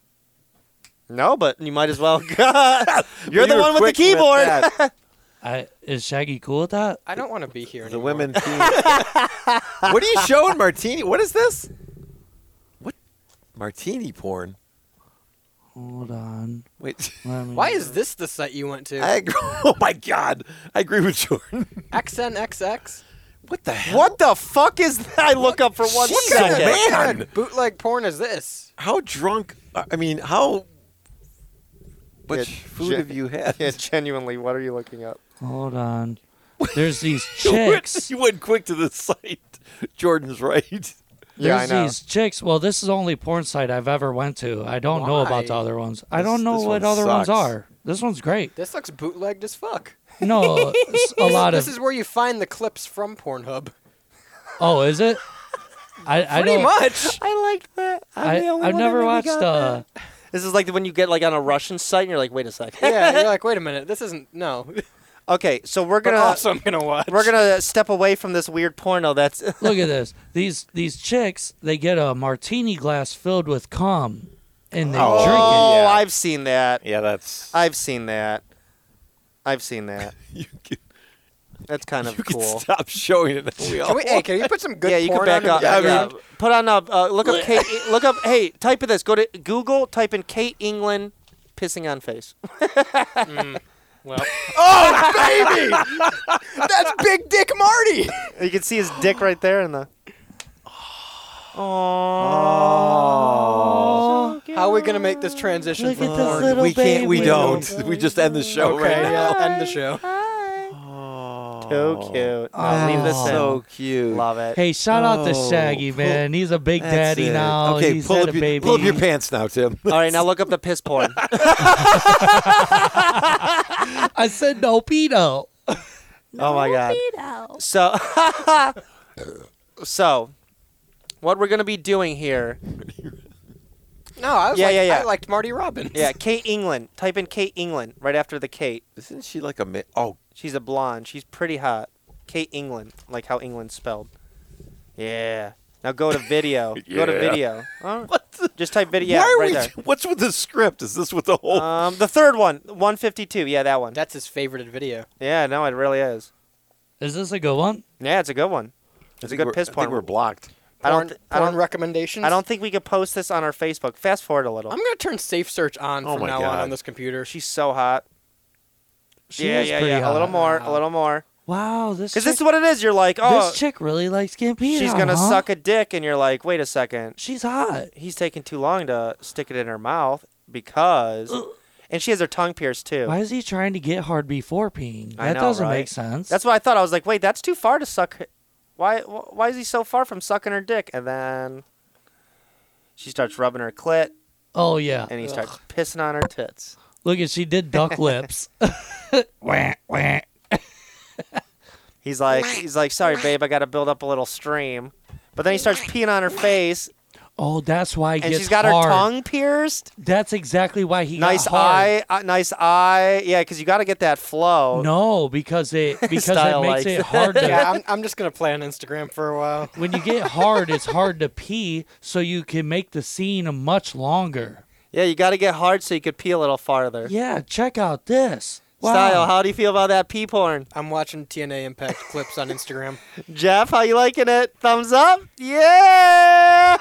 S1: No, but you might as well. You're the
S2: You were
S1: one with the
S2: quick
S1: keyboard.
S2: that.
S5: I, is Shaggy cool with that?
S3: I don't want to be here
S2: the
S3: anymore.
S2: women. peeing. what are you showing, Martini? What is this? What Martini porn?
S5: Hold on.
S2: Wait.
S5: Let me-
S3: Why is this the site you went to?
S2: I agree. Oh my God! I agree with Jordan.
S3: XNXX?
S2: What the hell?
S1: what the fuck is that? I look up for one
S2: What
S1: second.
S2: kind of man?
S3: Bootleg porn is this?
S2: How drunk? uh, I mean, how much
S1: Yeah,
S2: food
S1: Jack-
S2: have you had?
S1: Yeah, genuinely, what are you looking up?
S5: Hold on. There's these
S2: You went-
S5: chicks.
S2: you went quick to the site. Jordan's right.
S1: Yeah, I
S5: There's
S1: know.
S5: these chicks. Well, this is the only porn site I've ever went to. I don't know about the
S3: Why?
S5: other ones. I
S2: This-
S5: don't know
S2: this
S5: what
S2: one
S5: other ones
S2: sucks.
S5: are. This one's great.
S3: This looks bootlegged as fuck.
S5: No, it's a lot
S3: This
S5: of.
S3: is where you find the clips from Pornhub.
S5: Oh, is it? I, I
S3: Pretty
S5: don't.
S3: much.
S1: I liked that. I'm
S5: I,
S1: the only
S5: I've
S1: one
S5: never
S1: that really
S5: watched.
S1: got
S5: Uh,
S1: that. This is like when you get like on a Russian site, and you're like, "Wait a second.
S3: yeah, you're like, wait a minute, this isn't no.
S1: okay, so we're
S3: But
S1: gonna
S3: also, I'm gonna watch.
S1: we're gonna step away from this weird porno. That's
S5: look at this. These these chicks. They get a martini glass filled with cum, and they
S2: Oh.
S5: drink it.
S1: Oh,
S2: yeah.
S1: I've seen that.
S2: Yeah, that's
S1: I've seen that. I've seen that.
S2: you can,
S1: That's kind of
S2: you can
S1: cool.
S2: stop showing it. We all
S3: Can we, hey, can you put some good
S1: yeah, you can
S3: porn
S1: back
S3: on
S1: up.
S3: and
S2: Yeah,
S3: back
S2: I
S3: up?
S2: mean-
S1: Put on up. Uh, look up Kate. Look up. Hey, type of this. Go to Google. Type in Kate England pissing on face.
S3: Well,
S1: Oh,
S2: baby.
S3: that's Big Dick Marty.
S1: You can see his dick right there in the.
S5: Oh,
S3: How are we gonna make this transition
S5: Look
S3: from
S5: at this
S3: porn?
S5: little
S2: we can't. We
S5: baby.
S2: don't. We just end the show
S3: okay,
S2: right now.
S3: yeah, end the show.
S2: Oh,
S1: So cute. No, leave this in.
S2: So cute.
S1: Love it.
S5: Hey, shout out to
S2: Oh,
S5: Shaggy,
S2: pull-
S5: man. He's a big
S2: That's
S5: daddy
S2: it.
S5: now.
S2: Okay,
S5: He's
S2: pull
S5: had
S2: up
S5: a
S2: your,
S5: baby.
S2: Pull up your pants now, Tim.
S1: All right, now look up the piss porn.
S5: I said no pedo.
S1: oh my god.
S6: Beto.
S1: So, so, what we're gonna be doing here?
S3: No, I was
S1: Yeah,
S3: like,
S1: yeah, yeah.
S3: I liked Marty Robbins.
S1: Yeah, Kate England. Type in Kate England right after the Kate.
S2: Isn't she like a mi- oh
S1: She's a blonde. She's pretty hot. Kate England, like how England's spelled. Yeah. Now go to video. Go to
S2: Yeah.
S1: video. All right.
S2: what? The,
S1: Just type video. Yeah,
S2: why are
S1: right
S2: we? What's with the script? Is this with the whole?
S1: there. Um, the third one, 152. Yeah, that one.
S3: That's his favorite video.
S1: Yeah, no, it really is.
S5: Is this a good one?
S1: Yeah, it's a good one. It's a
S2: think
S1: good
S2: we're-
S1: piss
S2: I
S1: porn.
S2: think we're blocked.
S1: I don't.
S3: Porn-
S1: th- I
S3: porn
S1: don't.
S3: recommendations.
S1: I don't think we could post this on our Facebook. Fast forward a little.
S3: I'm gonna turn Safe Search on
S2: Oh
S3: from
S2: my
S3: now on
S2: God.
S3: on this computer.
S1: She's so hot.
S5: She
S1: yeah,
S5: is
S1: yeah,
S5: pretty
S1: yeah. A little
S5: hot.
S1: more. A little more.
S5: wow, this
S1: Because
S5: chick,
S1: this is what it is. You're like, oh,
S5: this chick really likes Gambino.
S1: she's gonna
S5: huh?
S1: suck a dick, and you're like, wait a second,
S5: She's hot.
S1: he's taking too long to stick it in her mouth because, and she has her tongue pierced too.
S5: Why is he trying to get hard before peeing?
S1: I
S5: That
S1: know,
S5: doesn't
S1: right?
S5: make sense.
S1: That's what I thought. I was like, wait, that's too far to suck. her- Why? wh- Why is he so far from sucking her dick? And then she starts rubbing her clit,
S5: oh yeah.
S1: and he starts pissing on her tits.
S5: Look at she did duck lips. Wah, wah.
S1: He's like, he's like, sorry, babe, I got to build up a little stream. But then he starts peeing on her face,
S5: Oh, that's why he
S1: and
S5: gets
S1: she's got
S5: hard.
S1: her tongue pierced.
S5: That's exactly why he
S1: nice
S5: got hard.
S1: eye, uh, nice eye. Yeah, because you got to get that flow.
S5: No, because it because it
S1: Style
S5: makes
S1: likes
S5: it
S1: it.
S5: hard to
S3: yeah, I'm, I'm just gonna play on Instagram for a while.
S5: when you get hard, it's hard to pee, so you can make the scene much longer.
S1: Yeah, you got to get hard so you could pee a little farther.
S5: Yeah, check out this. Wow.
S1: Style, how do you feel about that pee porn?
S3: I'm watching TNA Impact clips on Instagram.
S1: Jeff, how you liking it? Thumbs up? Yeah!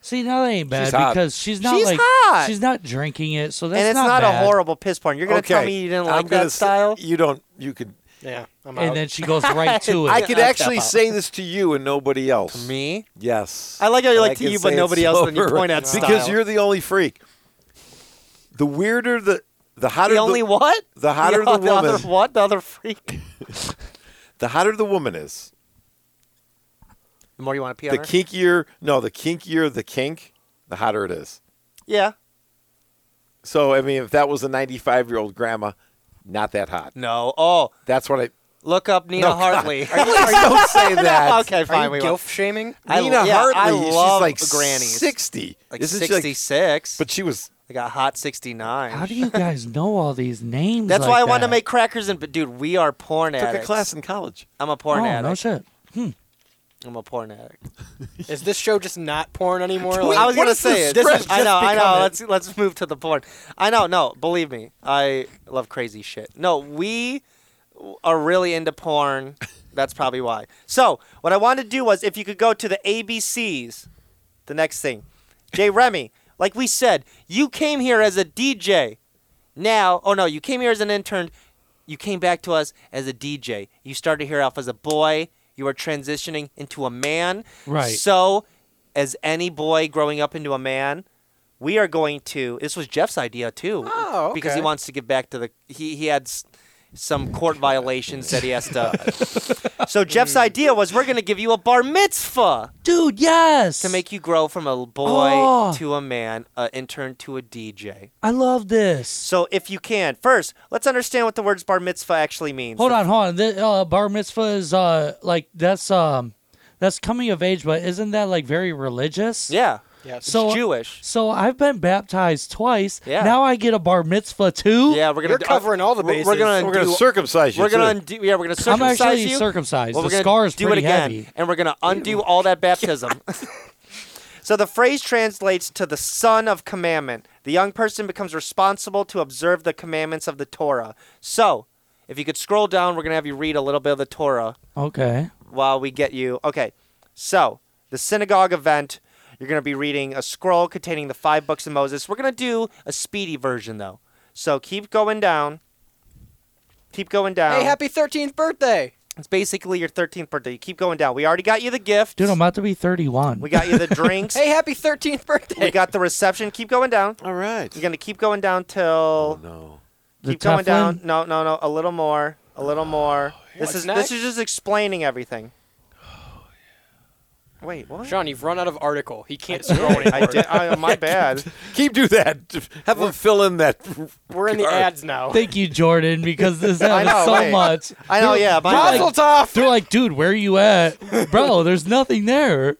S5: See, now that ain't bad
S2: She's hot.
S5: because she's not
S1: She's
S5: like
S1: hot.
S5: she's not drinking it, so that's
S1: and it's
S5: not,
S1: not,
S5: bad.
S1: a horrible piss porn. You're gonna
S2: okay.
S1: tell me you didn't
S2: I'm
S1: like
S2: gonna
S1: that
S2: s-
S1: style?
S2: You don't. You could.
S3: Yeah, I'm out.
S5: And then she goes right to it.
S2: I could
S1: I'll
S2: actually
S1: step out.
S2: say this to you and nobody else.
S1: me?
S2: Yes.
S1: I like how you
S2: And
S1: like
S2: I
S1: to
S2: can
S1: you, but
S2: say
S1: nobody
S2: it's
S1: else, and you
S2: over.
S1: point at
S2: because
S1: style.
S2: you're the only freak. The weirder the the hotter
S1: the only what?
S2: the
S1: Yeah,
S2: hotter the woman,
S1: other what? The other freak.
S2: the hotter the woman is,
S1: The more you want to pee
S2: the
S1: on her?
S2: kinkier. No, the kinkier the kink, the hotter it is.
S1: Yeah.
S2: So I mean, if that was a 95 year old grandma, not that hot.
S1: No. Oh,
S2: That's what I.
S1: look up Nina
S2: No, God.
S1: Hartley.
S2: don't say that.
S1: okay, fine.
S3: Are you
S1: we
S3: gilf shaming?
S1: I-
S2: Nina
S1: yeah,
S2: Hartley.
S1: I love
S2: she's like
S1: grannies.
S2: 60.
S1: won't. Like
S2: Isn't she, like-
S1: 66.
S2: but she was.
S1: I got hot 69.
S5: How do you guys know all these names?
S1: That's
S5: like
S1: why I wanted to
S5: that?
S1: make crackers and. But dude, we are porn
S2: Took a
S1: addicts.
S2: class in college.
S1: I'm a
S5: Oh
S1: porn addict.
S5: no shit.
S1: I'm a porn addict.
S3: Is this show just not porn anymore?
S1: I
S3: Like,
S1: was gonna
S2: is this
S1: say it. This
S2: script?
S1: is, I
S2: Just
S1: know. I
S2: become
S1: know.
S2: it.
S1: Let's let's move to the porn. I know. No, believe me. I love crazy shit. No, we are really into porn. That's probably why. So what I wanted to do was, if you could go to the ABCs, the next thing, Jay Remy. Like we said, you came here as a DJ. Now, oh no, you came here as an intern. You came back to us as a DJ. You started here off as a boy. You were transitioning into a man.
S5: Right.
S1: So, as any boy growing up into a man, we are going to. This was Jeff's idea too.
S3: Oh, okay.
S1: Because he wants to give back to the. He he had s- some court violations that he has to. so Jeff's idea was we're going to give you a bar mitzvah
S5: Dude, yes.
S1: to make you grow from a boy
S5: Oh.
S1: to a man, an intern to a DJ.
S5: I love this.
S1: So if you can, first, let's understand what the words bar mitzvah actually means.
S5: Hold on, hold on. This, uh, bar mitzvah is uh like that's um that's coming of age, but isn't that like very religious?
S1: Yeah.
S3: yes.
S1: It's
S5: So-
S1: Jewish.
S5: So I've been baptized twice.
S1: Yeah.
S5: Now I get a bar mitzvah too.
S1: Yeah, we're gonna
S3: You're
S1: do- uh,
S3: covering all the
S1: we're-
S3: bases.
S1: We're gonna
S2: We're going
S1: do-
S2: to circumcise you.
S1: We're
S2: too.
S1: gonna undo. Yeah, we're gonna circumcise
S5: I'm actually
S1: you.
S5: circumcised.
S1: Well,
S5: the
S1: we're gonna
S5: scar is
S1: do it
S5: pretty
S1: again,
S5: heavy.
S1: and we're gonna undo all that baptism. so the phrase translates to the son of commandment. The young person becomes responsible to observe the commandments of the Torah. So, if you could scroll down, we're gonna have you read a little bit of the Torah
S5: Okay.
S1: while we get you. Okay, so the synagogue event. You're going to be reading a scroll containing the five books of Moses. We're going to do a speedy version, though. So keep going down. Keep going down.
S3: Hey, happy 13th birthday!
S1: It's basically your 13th birthday. You keep going down. We already got you the gift.
S5: Dude, I'm about to be 31.
S1: we got you the drinks.
S3: Hey, happy 13th birthday!
S1: We got the reception. Keep going down.
S2: All right.
S1: You're going to keep going down till.
S2: Oh, no.
S5: the
S1: keep going
S5: Teflon?
S1: down. No, no, no. A little more. A little more. This
S3: Oh, What's
S1: is
S3: next? Oh,
S1: this is just explaining everything. Wait, what?
S3: Sean, you've run out of article. He can't scroll anymore.
S1: I did. I, uh, my bad.
S2: Keep do that. Just Have them fill in that.
S3: We're in the
S2: All right.
S3: ads now.
S5: Thank you, Jordan, because this
S1: I
S5: happened
S1: know,
S5: so
S1: right.
S5: much.
S1: I know. Yeah, my bad.
S3: Mazel tov!
S5: They're like, dude, where are you at? Bro, there's nothing there.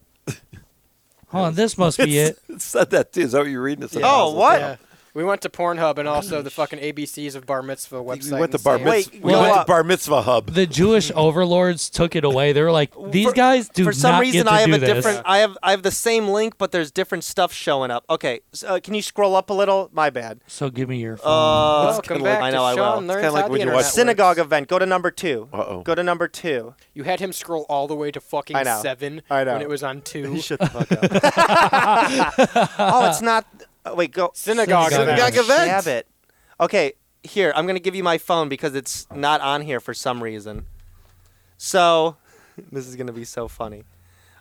S5: Hold on, this must be it.
S2: It said that too. Is that what you're reading? It said
S1: Oh,
S2: Mazel
S1: what?
S2: Tov.
S3: We went to Pornhub and also the fucking ABCs of Bar Mitzvah website.
S2: We went to
S3: and
S2: bar
S3: saved-
S1: Wait,
S2: mitzvah.
S1: you
S2: We
S1: know
S2: went to
S1: what?
S2: bar mitzvah hub.
S5: The Jewish overlords took it away. They were like, these
S1: For-
S5: guys do
S1: for some
S5: not
S1: reason
S5: get to
S1: I have
S5: do
S1: a
S5: this.
S1: different I have I have the same link but there's different stuff showing up. Okay, so, uh, can you scroll up a little? My bad.
S5: So give me your phone.
S1: Uh,
S3: Welcome back
S1: I
S3: to
S1: know I
S3: Sean
S1: will.
S2: kinda
S3: Learns
S2: like
S3: How the
S2: when you
S3: Internet
S2: watch
S3: Works.
S1: Synagogue event. Go to number 2.
S2: Uh-oh.
S1: Go to number 2.
S3: You had him scroll all the way to fucking
S1: I know.
S3: seven
S1: I know.
S3: when it was on two.
S1: the fuck up. oh, it's not uh, Wait, go
S3: Synagogue.
S5: Synagogue.
S3: event.
S2: Synagogue event.
S1: Stab it. Okay, here, I'm going to give you my phone because it's not on here for some reason. So this is gonna be so funny.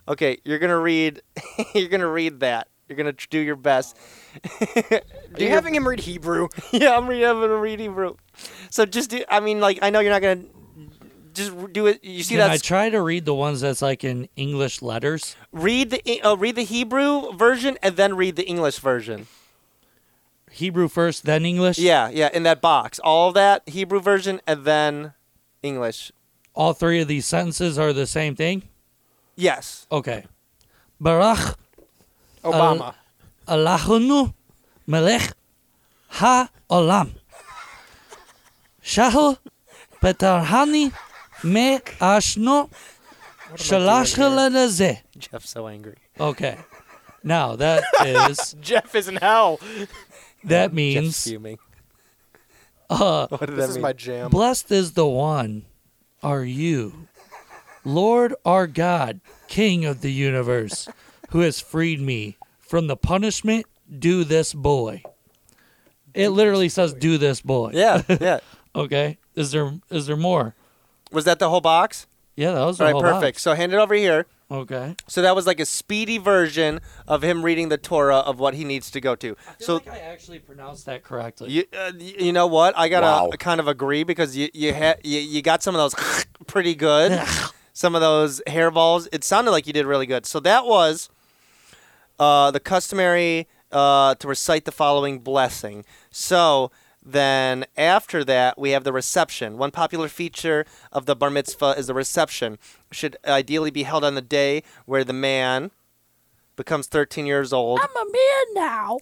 S1: Okay, you're gonna read. you're gonna read that. You're gonna tr- do your best.
S3: Are you having him read Hebrew?
S1: yeah, I'm reading. I'm gonna read Hebrew. So just do. I mean, like, I know you're not gonna. Just r- do it. You see
S5: Can
S1: that?
S5: I try to read the ones that's like in English letters?
S1: read the E- uh, read the Hebrew version and then read the English version.
S5: Hebrew first, then English?
S1: Yeah, yeah, in that box. All that Hebrew version and then English.
S5: All three of these sentences are the same thing?
S1: Yes.
S5: Okay. Barach
S3: Obama.
S5: Alachonu Melech Ha Olam. Shahel Petarhani Me Ashno Shalashalaze.
S1: Jeff's so angry.
S5: Okay. Now that is
S3: Jeff is in hell.
S5: that
S1: Jeff's
S5: means
S1: fuming.
S5: uh,
S1: What did
S3: This
S1: that
S3: is
S1: mean?
S3: my jam.
S5: blessed is the one are you, Lord our God, King of the universe, who has freed me from the punishment due this boy. It literally says do this boy.
S1: yeah, yeah.
S5: Okay. Is there is there more?
S1: Was that the whole box?
S5: Yeah, that was the
S1: All right,
S5: whole
S1: perfect. So hand it over here.
S5: box. Okay.
S1: So that was like a speedy version of him reading the Torah of what he needs to go to. So
S5: I actually pronounced that correctly.
S1: you, uh, y- you know what? I gotta
S2: Wow.
S1: kind of agree because you you, ha- you you got some of those pretty good. some of those hairballs. It sounded like you did really good. So that was uh, the customary uh, to recite the following blessing. So then after that, we have the reception. One popular feature of the bar mitzvah is the reception. Should ideally be held on the day where the man becomes 13 years old
S6: I'm a man now.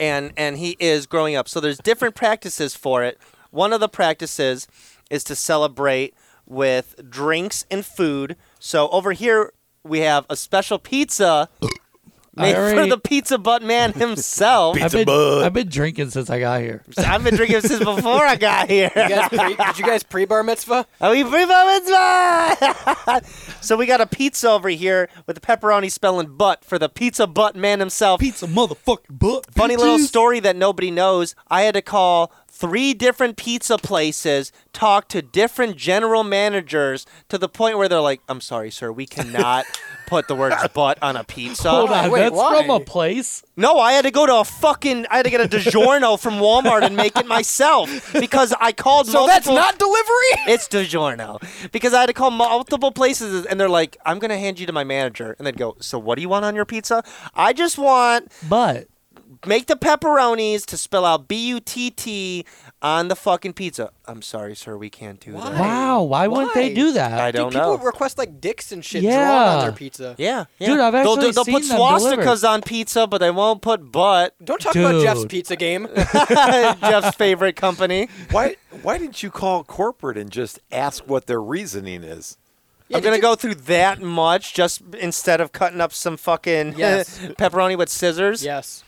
S1: and and he is growing up. So there's different practices for it. One of the practices is to celebrate with drinks and food. So over here we have a special pizza made for
S5: already-
S1: the pizza butt man himself.
S5: I've been, I've been drinking since I got here.
S1: I've been drinking since before I got here. Oh,
S3: You guys pre- did you guys pre bar mitzvah?
S1: Are we free for mitzvah? so we got a pizza over here with the pepperoni spelling butt for the pizza butt man himself.
S5: Pizza motherfucking butt.
S1: Funny little story that nobody knows. I had to call three different pizza places, talk to different general managers to the point where they're like, I'm sorry, sir, we cannot put the words butt on a pizza.
S5: Hold on,
S3: Wait,
S5: that's
S3: why?
S5: from a place.
S1: No, I had to go to a fucking, I had to get a DiGiorno from Walmart and make it myself because I called
S3: So that's
S1: multiple-
S3: not delivery?
S1: it's DiGiorno. Because I had to call multiple places and they're like, I'm going to hand you to my manager. And they'd go, So what do you want on your pizza? I just want
S5: But
S1: make the pepperonis to spell out B U T T on the fucking pizza. I'm sorry, sir, we can't do that.
S5: wow, why, wouldn't they
S3: Why?
S5: do
S1: I
S5: that?
S1: don't
S3: Dude, people
S1: know.
S3: request like dicks and shit drawn on
S5: Yeah.
S3: their pizza.
S1: yeah, yeah,
S5: Dude, I've
S1: they'll, do-
S5: actually
S1: they'll put
S5: seen them delivered.
S1: swastikas on pizza, but they won't put butt.
S3: Don't talk about Jeff's
S5: Dude.
S3: pizza game.
S1: Jeff's favorite company.
S2: Why why didn't you call corporate and just ask what their reasoning is?
S3: Yeah,
S1: I'm gonna
S3: did you-
S1: go through that much just instead of cutting up some fucking
S3: Yes.
S1: pepperoni with scissors.
S3: Yes.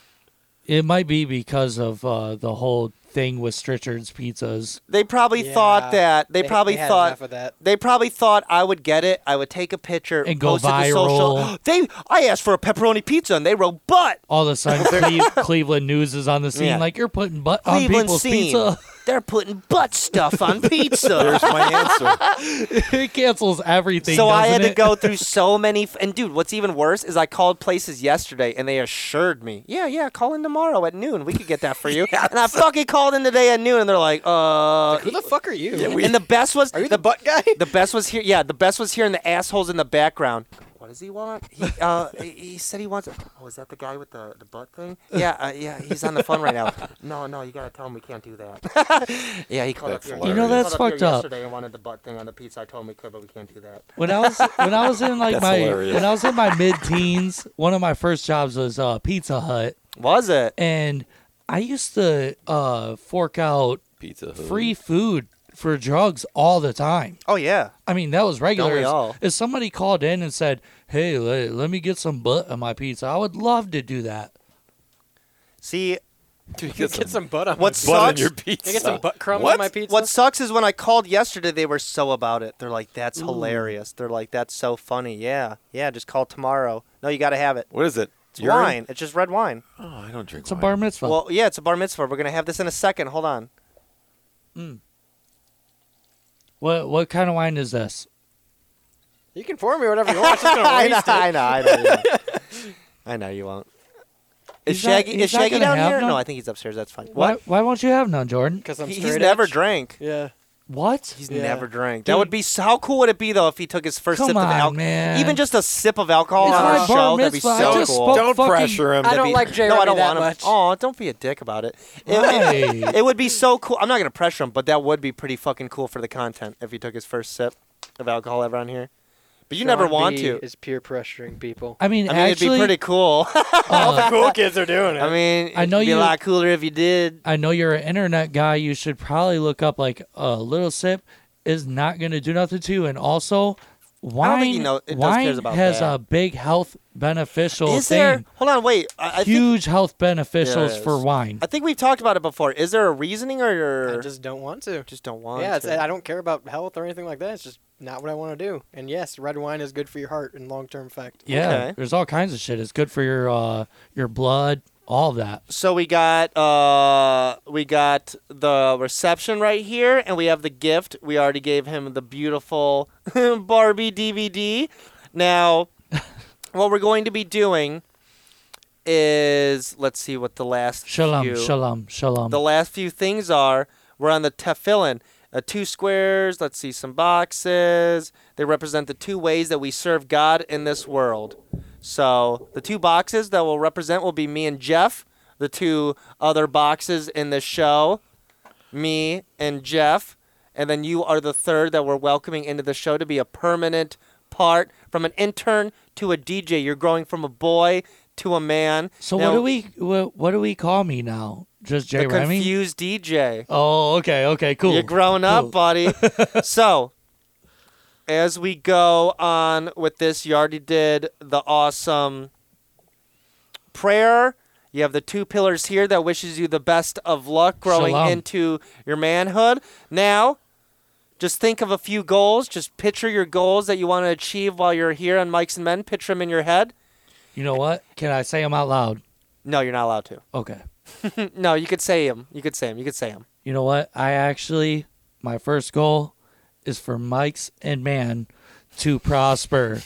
S5: It might be because of uh, the whole thing with Strichard's pizzas.
S1: They probably
S3: Yeah.
S1: thought that. They, probably
S3: had
S1: thought
S3: enough of that.
S1: They probably thought I would get it. I would take a picture
S5: And go
S1: post it to social.
S5: viral.
S1: They, I asked for a pepperoni pizza and they wrote butt.
S5: All of a sudden, Cle- Cleveland News is on the scene
S1: Yeah.
S5: like you're putting butt on
S1: Cleveland
S5: people's
S1: scene.
S5: pizza.
S1: They're putting butt stuff on pizza.
S2: There's my answer.
S5: it cancels everything.
S1: so I had
S5: doesn't
S1: to
S5: it?
S1: go through so many. F- and dude, what's even worse is I called places yesterday and they assured me, yeah, yeah, call in tomorrow at noon. We could get that for you. And I fucking called in today at noon and they're like, uh.
S3: Who the fuck are you?
S1: and the best was
S3: are you the butt guy?
S1: The best was here. Yeah, the best was here, and the assholes in the background. What does he want? He uh, he- he said he wants. Oh, is that the guy with the, the butt thing? Yeah, uh, yeah, he's on the phone right now. No, no, you gotta tell him we can't do that. yeah, he called
S2: That's
S1: up. Here,
S2: You know,
S1: he called
S5: that's
S1: here
S5: fucked up.
S1: Yesterday, and wanted the butt thing on the pizza. I told him we could, but we can't do that.
S5: when I was when I was in like
S2: That's
S5: my
S2: hilarious.
S5: when I was in my mid teens, one of my first jobs was uh, Pizza Hut,
S1: Was it?
S5: and I used to uh, fork out
S2: Pizza Hut.
S5: free food for drugs all the time.
S1: Oh yeah.
S5: I mean, that was regular.
S1: we
S5: If-
S1: all?
S5: If somebody called in and said, "Hey, let, let me get some butt on my pizza," I would love to do that.
S1: See,
S2: Dude,
S3: Get some, butt on.
S1: what
S2: butt on
S1: sucks?
S2: your
S3: Can I
S2: pizza.
S3: get some butt crumbs on
S2: What?
S3: my pizza?
S1: What sucks is when I called yesterday, they were so about it. They're like, "That's hilarious." They're like, "That's so funny." Yeah, yeah. Just call tomorrow. No, you gotta have it.
S2: What is it?
S1: It's
S2: Urine?
S1: wine. It's just red wine.
S2: Oh, I don't drink
S5: It's a
S2: wine.
S5: bar mitzvah.
S1: Well, yeah, it's a bar mitzvah. We're gonna have this in a second. Hold on.
S5: what what kind of wine is this?
S3: You can pour me whatever you want. It's just gonna
S1: I know,
S3: waste
S1: I
S3: it.
S1: know, I know. you won't. I know you won't. Is
S5: He's not-
S1: Shaggy is
S5: he's not
S1: Shaggy
S5: gonna
S1: down
S5: have
S1: here?
S5: none?
S1: No, I think he's upstairs. That's fine.
S5: Why,
S1: What?
S5: why won't you have none, Jordan?
S3: Because I'm
S1: He- he's
S3: straight
S1: never
S3: edge.
S1: drank.
S3: Yeah.
S5: What?
S1: He's
S3: Yeah.
S1: never drank. That
S5: Dude.
S1: would be so, how cool would it be though if he took his first
S5: Come
S1: sip of
S5: on,
S1: alcohol,
S5: man.
S1: even just a sip of alcohol
S5: It's
S1: on
S5: my
S1: our
S5: bar
S1: show? That'd be
S5: mitzvah. I
S1: so
S5: just
S1: cool.
S5: spoke-
S2: Don't
S5: fucking-
S2: pressure him.
S3: I
S1: That'd
S3: don't
S1: be-
S3: like J.
S1: No, I
S3: Remy
S1: don't
S3: that
S1: want him.
S3: much.
S1: Oh, don't be a dick about it. It,
S5: Right.
S1: it would be so cool. I'm not gonna pressure him, but that would be pretty fucking cool for the content if he took his first sip of alcohol ever on here. But you never
S3: Sean
S1: want
S3: B
S1: to.
S3: Is peer pressuring people.
S5: I mean,
S1: I mean,
S5: actually,
S1: it'd be pretty cool.
S5: uh,
S3: cool kids are doing
S1: I mean,
S5: I know
S1: it'd be a
S5: you-
S1: lot cooler if you did.
S5: I know you're an internet guy. You should probably look up like a little sip is not going to do nothing to you, and also wine.
S1: I don't think you know- it does
S5: wine
S1: cares about
S5: has
S1: that.
S5: a big health beneficial
S1: Is
S5: thing.
S1: there? Hold on, wait. I, I think
S5: Huge health beneficials
S1: is.
S5: for wine.
S1: I think we've talked about it before. Is there a reasoning or
S3: I just don't want to.
S1: just don't want?
S3: yeah, it's,
S1: to?
S3: I don't care about health or anything like that. It's just not what I want to do. And yes, red wine is good for your heart in long term effect.
S5: yeah,
S1: okay.
S5: there's all kinds of shit. It's good for your uh, your blood, all that.
S1: So we got uh we got the reception right here, and we have the gift. We already gave him the beautiful Barbie DVD. Now, what we're going to be doing is let's see what the last
S5: Shalom,
S1: few-
S5: shalom, shalom.
S1: the last few things are we're on the tefillin. Uh, two squares, let's see some boxes. They represent the two ways that we serve God in this world. So the two boxes that will represent will be me and Jeff. The two other boxes in the show, me and Jeff. And then you are the third that we're welcoming into the show to be a permanent part from an intern to a DJ. You're growing from a boy to a man.
S5: so
S1: Now,
S5: what do we what, what do we call me now? Just J
S1: the
S5: Remy?
S1: confused DJ?
S5: Oh, okay, okay, cool.
S1: You're growing up,
S5: Cool.
S1: buddy. so, as we go on with this, you already did the awesome prayer. You have the two pillars here that wishes you the best of luck growing
S5: Shalom.
S1: into your manhood. Now, just think of a few goals. Just picture your goals that you want to achieve while you're here on Mikes and Men. Picture them in your head.
S5: You know what? Can I say them out loud?
S1: No, you're not allowed to.
S5: Okay.
S1: No, you could say them. You could say them. You could say them.
S5: You know what? I actually, my first goal is for Mike's and Man to prosper.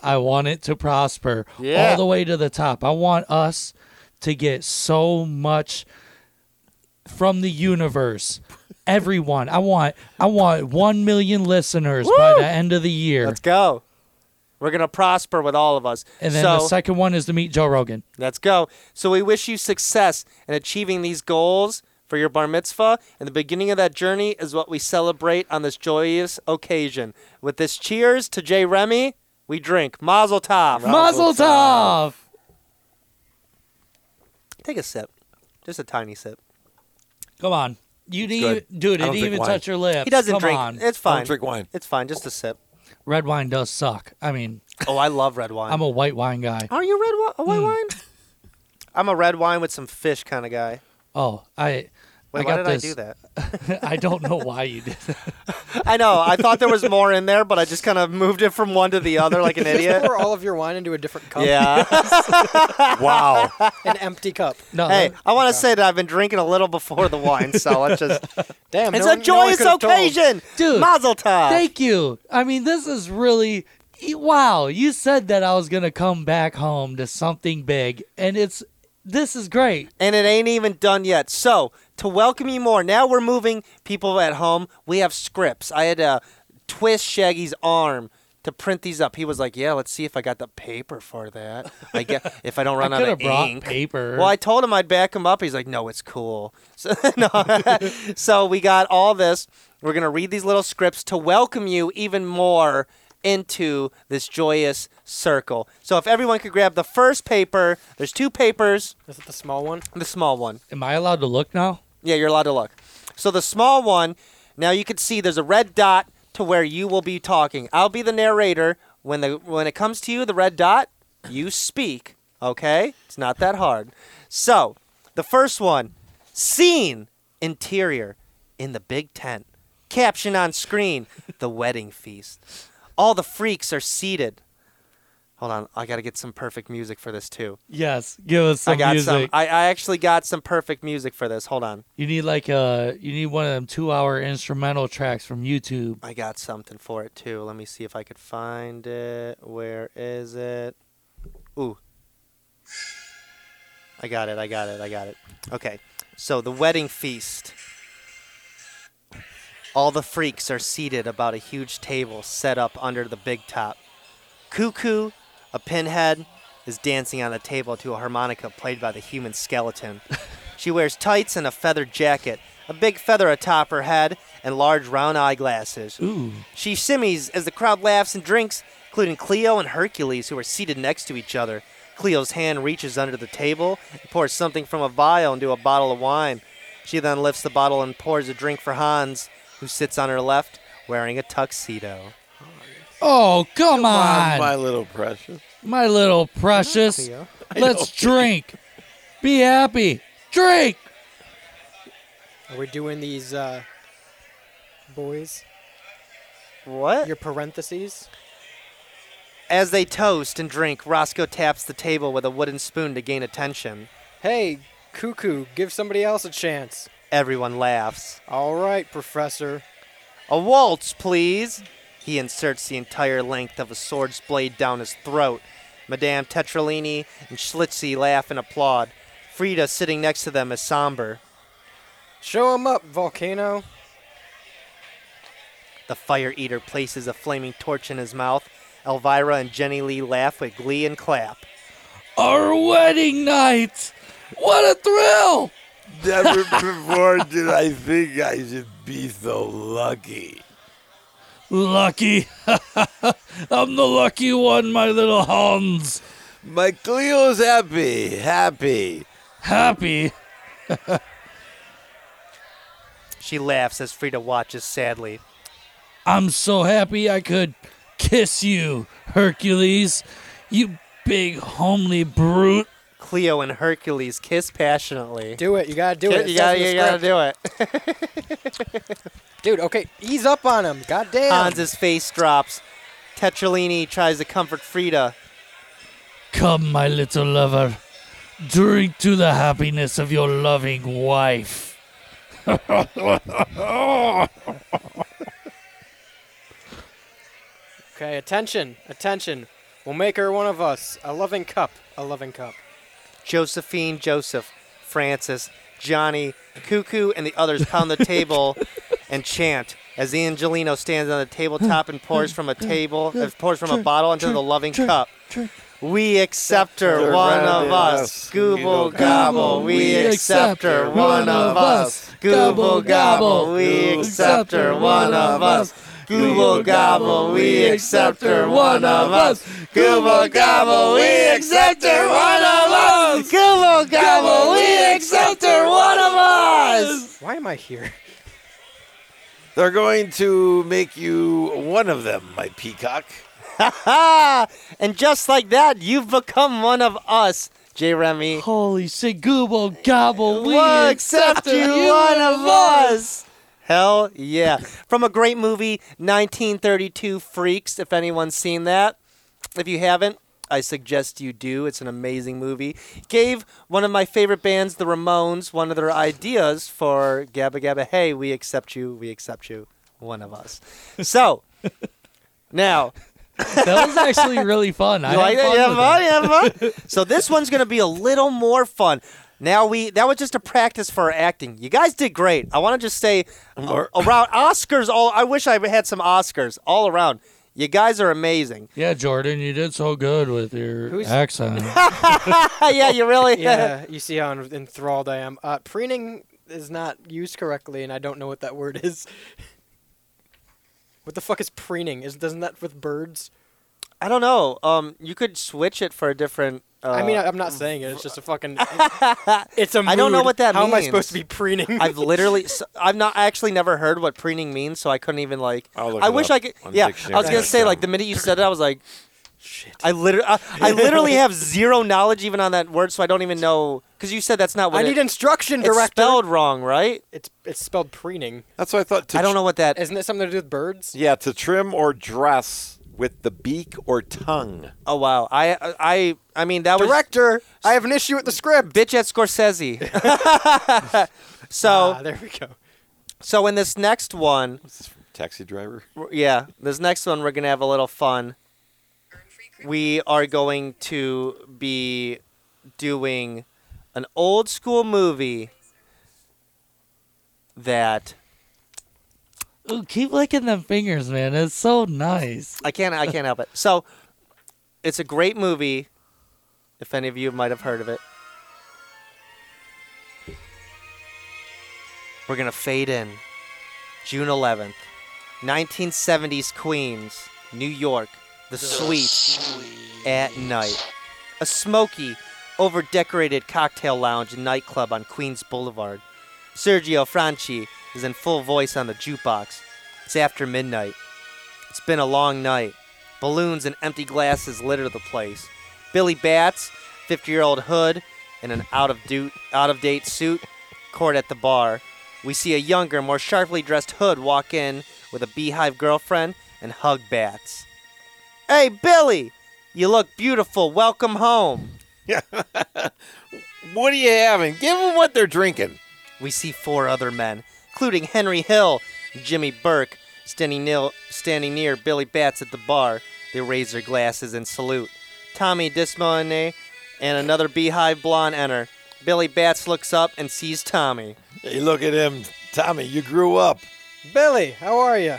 S5: I want it to prosper
S1: Yeah.
S5: all the way to the top. I want us to get so much from the universe. Everyone, I want, I want one million listeners by the end of the year,
S1: Let's go. We're gonna prosper with all of us.
S5: and then
S1: so,
S5: the second one is to meet Joe Rogan.
S1: Let's go. So we wish you success in achieving these goals for your bar mitzvah, and the beginning of that journey is what we celebrate on this joyous occasion. With this cheers to Jay Remy, we drink Mazel Tov.
S5: Mazel tov!
S1: Take a sip, just a tiny sip.
S5: Come on, you didn't, even, dude.
S2: I don't
S5: It didn't
S2: drink
S5: even
S2: wine.
S5: touch your lips.
S1: He doesn't
S5: Come
S1: drink.
S5: On.
S1: It's
S2: Don't
S1: fine.
S2: drink wine.
S1: It's fine. Just a sip.
S5: Red wine does suck. I mean,
S1: Oh, I love red wine.
S5: I'm a white wine Hmm. guy.
S1: Are you red wine? A white wine? I'm a red wine with some fish kind of guy.
S5: Oh, I.
S1: Wait,
S5: I
S1: why did
S5: got this.
S1: I do that?
S5: that? I don't know why you did that.
S1: I know. I thought there was more in there, but I just kind of moved it from one to the other like an
S3: Just
S1: idiot.
S3: pour all of your wine into a different cup.
S1: Yeah.
S2: Wow.
S3: An empty cup.
S5: No,
S1: Hey,
S5: that-
S1: I want to say that I've been drinking a little before the wine, so it's just
S3: Damn.
S1: it's
S3: no
S1: a
S3: one- no one
S1: joyous
S3: could've told.
S1: occasion,
S5: Dude,
S1: Mazel tov.
S5: thank you. I mean, this is really. e- Wow, you said that I was gonna come back home to something big, and it's. This is great.
S1: and it ain't even done yet. So to welcome you more, now we're moving people at home. We have scripts. I had to twist Shaggy's arm to print these up. He was like, "Yeah, let's see if I got the paper for that. I get if I don't run
S5: I
S1: out
S5: could
S1: of
S5: have brought
S1: ink."
S5: paper.
S1: Well, I told him I'd back him up. He's like, no, it's cool. So, no. so we got all this. We're going to read these little scripts to welcome you even more into this joyous circle. So if everyone could grab the first paper, there's two papers,
S3: Is it the small one?
S1: the small one.
S5: Am I allowed to look now?
S1: Yeah, you're allowed to look. So the small one, now you can see there's a red dot to where you will be talking. I'll be the narrator. When the when it comes to you, the red dot, you speak. Okay? It's not that hard. So, the first one, scene interior in the big tent. Caption on screen, the wedding feast. All the freaks are seated. Hold on, I gotta get some perfect music for this too.
S5: Yes, give us some
S1: I got
S5: music.
S1: some. I, I actually got some perfect music for this. Hold on,
S5: you need like a you need one of them two hour instrumental tracks from YouTube.
S1: I got something for it too. Let me see if I could find it. Where is it? Ooh, I got it. I got it. I got it. Okay, so the wedding feast. All the freaks are seated about a huge table set up under the big top. Cuckoo, a pinhead, is dancing on a table to a harmonica played by the human skeleton. She wears tights and a feather jacket, a big feather atop her head, and large round eyeglasses.
S5: Ooh,
S1: She shimmies as the crowd laughs and drinks, including Cleo and Hercules, who are seated next to each other. Cleo's hand reaches under the table and pours something from a vial into a bottle of wine. She then lifts the bottle and pours a drink for Hans, who sits on her left wearing a tuxedo.
S5: oh come,
S2: on,
S5: on,
S2: my little precious.
S5: my little precious.
S1: Cleo.
S5: Let's drink. Be happy. Drink.
S3: Are we doing these uh, boys?
S1: What?
S3: Your parentheses?
S1: As they toast and drink, Roscoe taps the table with a wooden spoon to gain attention.
S3: Hey, cuckoo, give somebody else a chance.
S1: Everyone laughs.
S3: All right, Professor.
S1: A waltz, please. He inserts the entire length of a sword's blade down his throat. Madame Tetralini and Schlitzie laugh and applaud. Frida, sitting next to them, is somber.
S3: Show 'em up, volcano.
S1: The fire eater places a flaming torch in his mouth. Elvira and Jenny Lee laugh with glee and clap.
S5: Our wedding night. What a thrill.
S2: Never before did I think I should be so lucky.
S5: Lucky. I'm the lucky one, my little Hans.
S2: My Cleo's happy, happy.
S5: Happy.
S1: She laughs as Frida watches sadly.
S5: I'm so happy I could kiss you, Hercules. You big homely brute.
S1: Cleo and Hercules kiss passionately.
S3: Do it. You gotta do it.
S1: you
S3: It says
S1: gotta,
S3: in the
S1: you gotta
S3: script.
S1: do it.
S3: Dude, okay, ease up on him. God damn.
S1: Hans's face drops. Tetralini tries to comfort Frida.
S5: Come, my little lover. Drink to the happiness of your loving wife.
S3: Okay, attention, attention. We'll make her one of us. A loving cup. A loving cup.
S1: Josephine, Joseph, Francis, Johnny, Cuckoo, and the others pound the table and chant as Angelino stands on the tabletop and pours from a table, uh, pours from a bottle into the loving cup. We accept her, one of us. Gooble gobble. We accept her, one of us. Gooble gobble. We accept her, one of us. Google gobble. We accept her, one of us. Google gobble. We accept her, one of us. Google gobble. We accept her, one of us.
S3: Why am I here?
S2: They're going to make you one of them, my peacock.
S1: Ha! And just like that, you've become one of us, J. Remy.
S5: Holy shit, Google gobble. We
S1: We'll
S5: accept
S1: you,
S5: you,
S1: one of us. Hell yeah. From a great movie, 1932 Freaks, if anyone's seen that. If you haven't, I suggest you do. It's an amazing movie. Gave one of my favorite bands, the Ramones, one of their ideas for Gabba Gabba Hey, we accept you, we accept you, one of us. So, now,
S5: That was actually really fun. I
S1: you like
S5: had
S1: that? You have
S5: with
S1: fun? You have fun? so this one's gonna be a little more fun. Now we that was just a practice for our acting. You guys did great. I want to just say uh, around Oscars. All I wish I had some Oscars all around. You guys are amazing.
S5: Yeah, Jordan, you did so good with your
S3: Who's-
S5: accent.
S1: yeah, you really.
S3: Yeah, you see how en- enthralled I am. Uh, preening is not used correctly, and I don't know what that word is. what the fuck is preening? Is doesn't that with birds?
S1: I don't know. Um, you could switch it for a different. Uh,
S3: I mean, I, I'm not saying it. It's just a fucking. it's a. Mood.
S1: I don't know what that
S3: How am I supposed to be
S1: means.
S3: preening?
S1: I've literally, s- I've not I actually never heard what preening means, so I couldn't even like.
S2: I'll look
S1: I
S2: it
S1: wish
S2: up
S1: I could.
S2: on
S1: Yeah, I was gonna
S2: dictionary.com.
S1: say like the minute you said it, I was like,
S3: Shit.
S1: I literally, I, I literally have zero knowledge even on that word, so I don't even know. Because you said that's not
S3: I
S1: what it-
S3: need instruction,
S1: it's
S3: director.
S1: spelled wrong, right?
S3: It's it's spelled preening.
S2: That's what I thought. To
S1: I don't know what that.
S3: Isn't it something to do with birds?
S2: Yeah, to trim or dress with the beak or tongue.
S1: Oh wow. I I I mean that was
S2: Director, I have an issue with the script.
S1: bitch at Scorsese. so
S3: Ah, there we go.
S1: so in this next one,
S2: Taxi driver.
S1: we're- yeah, this next one we're gonna have a little fun. We are going to be doing an old school movie that
S5: Ooh, keep licking them fingers, man. It's so nice.
S1: I can't I can't help it. So it's a great movie. If any of you might have heard of it. We're gonna fade in. June eleventh. Nineteen seventies Queens, New York, the suite at night. A smoky, over decorated cocktail lounge and nightclub on Queens Boulevard. Sergio Franchi is in full voice on the jukebox. It's after midnight. It's been a long night. Balloons and empty glasses litter the place. Billy Bats, 50-year-old hood, in an out-of-date out-of-date suit, court at the bar. We see a younger, more sharply dressed hood walk in with a beehive girlfriend and hug Bats. Hey, Billy, you look beautiful. Welcome home.
S2: What are you having? Give them what they're drinking.
S1: we see four other men, including Henry Hill and Jimmy Burke, standing, nil, standing near Billy Bats at the bar. They raise their glasses and salute. Tommy Dismone and another beehive blonde enter. Billy Bats looks up and sees Tommy.
S2: Hey, look at him, Tommy. You grew up.
S3: Billy, how are you?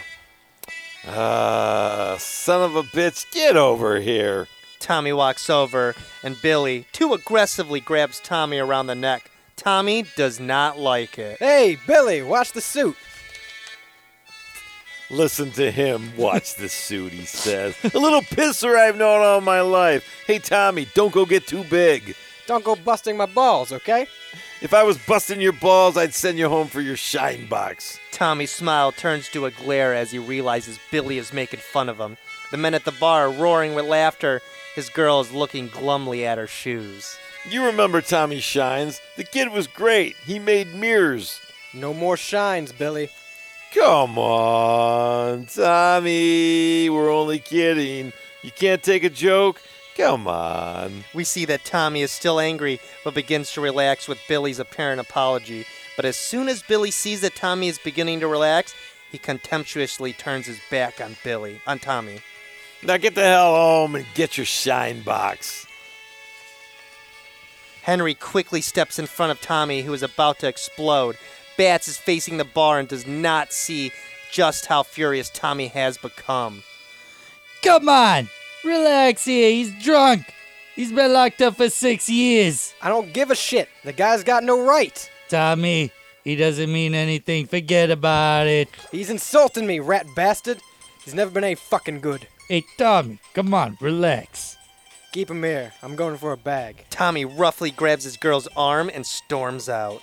S2: Uh, son of a bitch, get over here.
S1: Tommy walks over, and Billy too aggressively grabs Tommy around the neck. Tommy does not like it.
S3: Hey, Billy, watch the suit.
S2: Listen to him. Watch the suit, he says. A little pisser I've known all my life. Hey, Tommy, don't go get too big.
S3: Don't go busting my balls, okay?
S2: If I was busting your balls, I'd send you home for your shine box.
S1: Tommy's smile turns to a glare as he realizes Billy is making fun of him. The men at the bar are roaring with laughter. His girl is looking glumly at her shoes.
S2: You remember Tommy Shines? The kid was great. He made mirrors.
S3: No more shines, Billy.
S2: Come on, Tommy. We're only kidding. You can't take a joke? Come on.
S1: We see that Tommy is still angry, but begins to relax with Billy's apparent apology. But as soon as Billy sees that Tommy is beginning to relax, he contemptuously turns his back on Billy, on Tommy.
S2: Now get the hell home and get your shine box.
S1: Henry quickly steps in front of Tommy, who is about to explode. Bats is facing the bar and does not see just how furious Tommy has become.
S5: Come on, relax here. He's drunk. He's been locked up for six years.
S3: I don't give a shit. The guy's got no right.
S5: Tommy, he doesn't mean anything. Forget about it.
S3: He's insulting me, rat bastard. He's never been any fucking good.
S5: Hey, Tommy, come on, relax.
S3: Keep him here. I'm going for a bag.
S1: Tommy roughly grabs his girl's arm and storms out.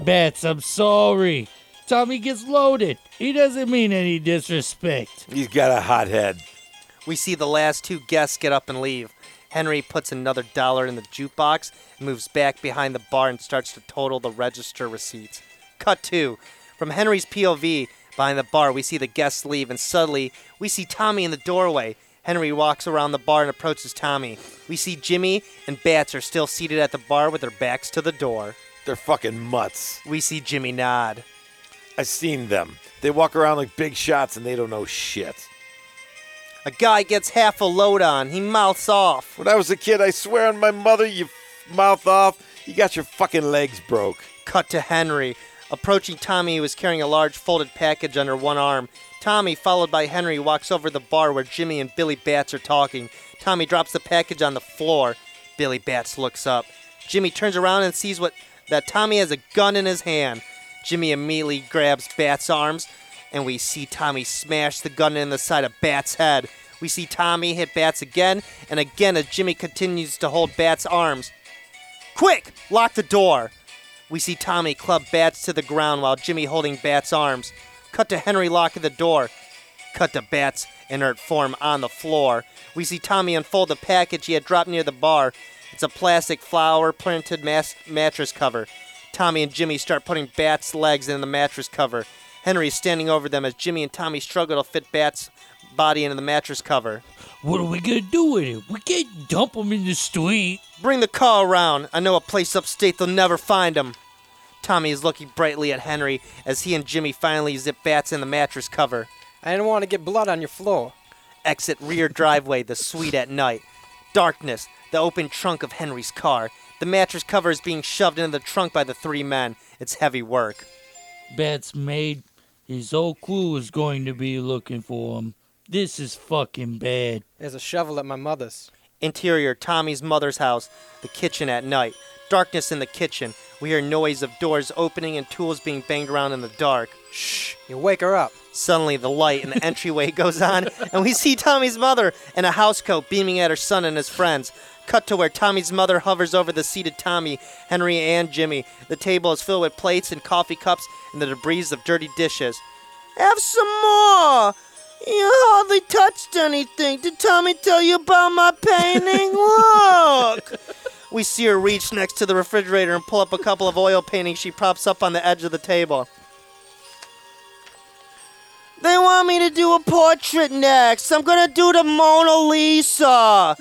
S5: Bats, I'm sorry. Tommy gets loaded. He doesn't mean any disrespect.
S2: He's got a hot head.
S1: We see the last two guests get up and leave. Henry puts another dollar in the jukebox, moves back behind the bar, and starts to total the register receipts. Cut two. From Henry's POV behind the bar, we see the guests leave, and suddenly we see Tommy in the doorway. Henry walks around the bar and approaches Tommy. We see Jimmy and Bats are still seated at the bar with their backs to the door.
S2: They're fucking mutts.
S1: We see Jimmy nod.
S2: I've seen them. They walk around like big shots and they don't know shit.
S1: A guy gets half a load on. He mouths off.
S2: When I was a kid, I swear on my mother, you f- mouth off, you got your fucking legs broke.
S1: Cut to Henry. Approaching Tommy, who is carrying a large folded package under one arm. Tommy, followed by Henry, walks over to the bar where Jimmy and Billy Bats are talking. Tommy drops the package on the floor. Billy Bats looks up. Jimmy turns around and sees what that Tommy has a gun in his hand. Jimmy immediately grabs Bats' arms, and we see Tommy smash the gun in the side of Bats' head. We see Tommy hit Bats again and again as Jimmy continues to hold Bats' arms. Quick! Lock the door! We see Tommy club Bats to the ground while Jimmy holding Bats' arms. Cut to Henry locking the door. Cut to Bats' inert form on the floor. We see Tommy unfold the package he had dropped near the bar. It's a plastic flower printed mas- mattress cover. Tommy and Jimmy start putting Bats' legs in the mattress cover. Henry is standing over them as Jimmy and Tommy struggle to fit Bats' body into the mattress cover.
S5: What are we gonna do with it? We can't dump him in the street.
S1: Bring the car around. I know a place upstate they'll never find him. Tommy is looking brightly at Henry as he and Jimmy finally zip bats in the mattress cover.
S3: I don't want to get blood on your floor.
S1: Exit rear driveway, the suite at night. Darkness, the open trunk of Henry's car. The mattress cover is being shoved into the trunk by the three men. It's heavy work.
S5: Bats made. His whole crew is going to be looking for him. This is fucking bad.
S3: There's a shovel at my mother's.
S1: Interior Tommy's mother's house, the kitchen at night. Darkness in the kitchen. We hear noise of doors opening and tools being banged around in the dark. Shh.
S3: You wake her up.
S1: Suddenly, the light in the entryway goes on, and we see Tommy's mother in a housecoat beaming at her son and his friends. Cut to where Tommy's mother hovers over the seated Tommy, Henry, and Jimmy. The table is filled with plates and coffee cups and the debris of dirty dishes. Have some more! You hardly touched anything. Did Tommy tell you about my painting? Look! We see her reach next to the refrigerator and pull up a couple of oil paintings she props up on the edge of the table. They want me to do a portrait next. I'm gonna do the Mona Lisa.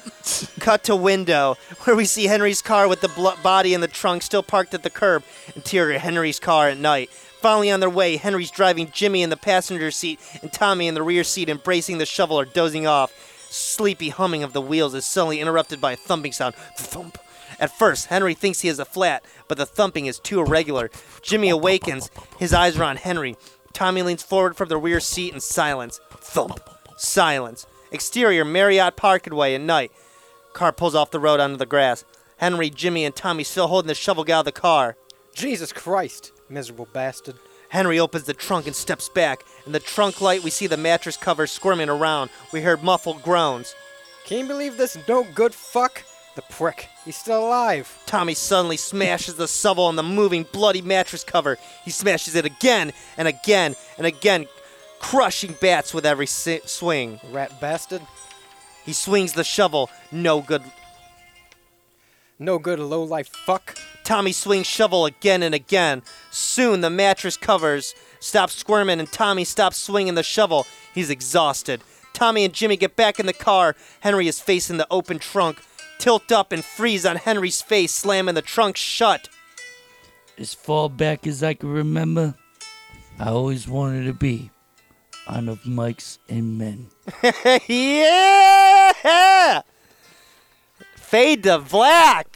S1: Cut to window, where we see Henry's car with the blo- body in the trunk still parked at the curb. Interior Henry's car at night. Finally on their way, Henry's driving Jimmy in the passenger seat and Tommy in the rear seat, embracing the shovel or dozing off. Sleepy humming of the wheels is suddenly interrupted by a thumping sound. Thump. At first, Henry thinks he is a flat, but the thumping is too irregular. Jimmy awakens. His eyes are on Henry. Tommy leans forward from the rear seat in silence. Thump. Silence. Exterior Marriott Parkway at night. Car pulls off the road onto the grass. Henry, Jimmy, and Tommy still holding the shovel guy of the car.
S3: Jesus Christ, miserable bastard.
S1: Henry opens the trunk and steps back. In the trunk light, we see the mattress cover squirming around. We hear muffled groans.
S3: Can you believe this no good fuck? The prick. He's still alive.
S1: Tommy suddenly smashes the shovel on the moving, bloody mattress cover. He smashes it again and again and again, crushing bats with every si- swing.
S3: Rat bastard.
S1: He swings the shovel, no good.
S3: No good low life fuck.
S1: Tommy swings shovel again and again. Soon the mattress covers stop squirming and Tommy stops swinging the shovel. He's exhausted. Tommy and Jimmy get back in the car. Henry is facing the open trunk. Tilt up and freeze on Henry's face, slamming the trunk shut.
S5: As far back as I can remember, I always wanted to be on of Mike's and Men.
S1: yeah! Fade to black.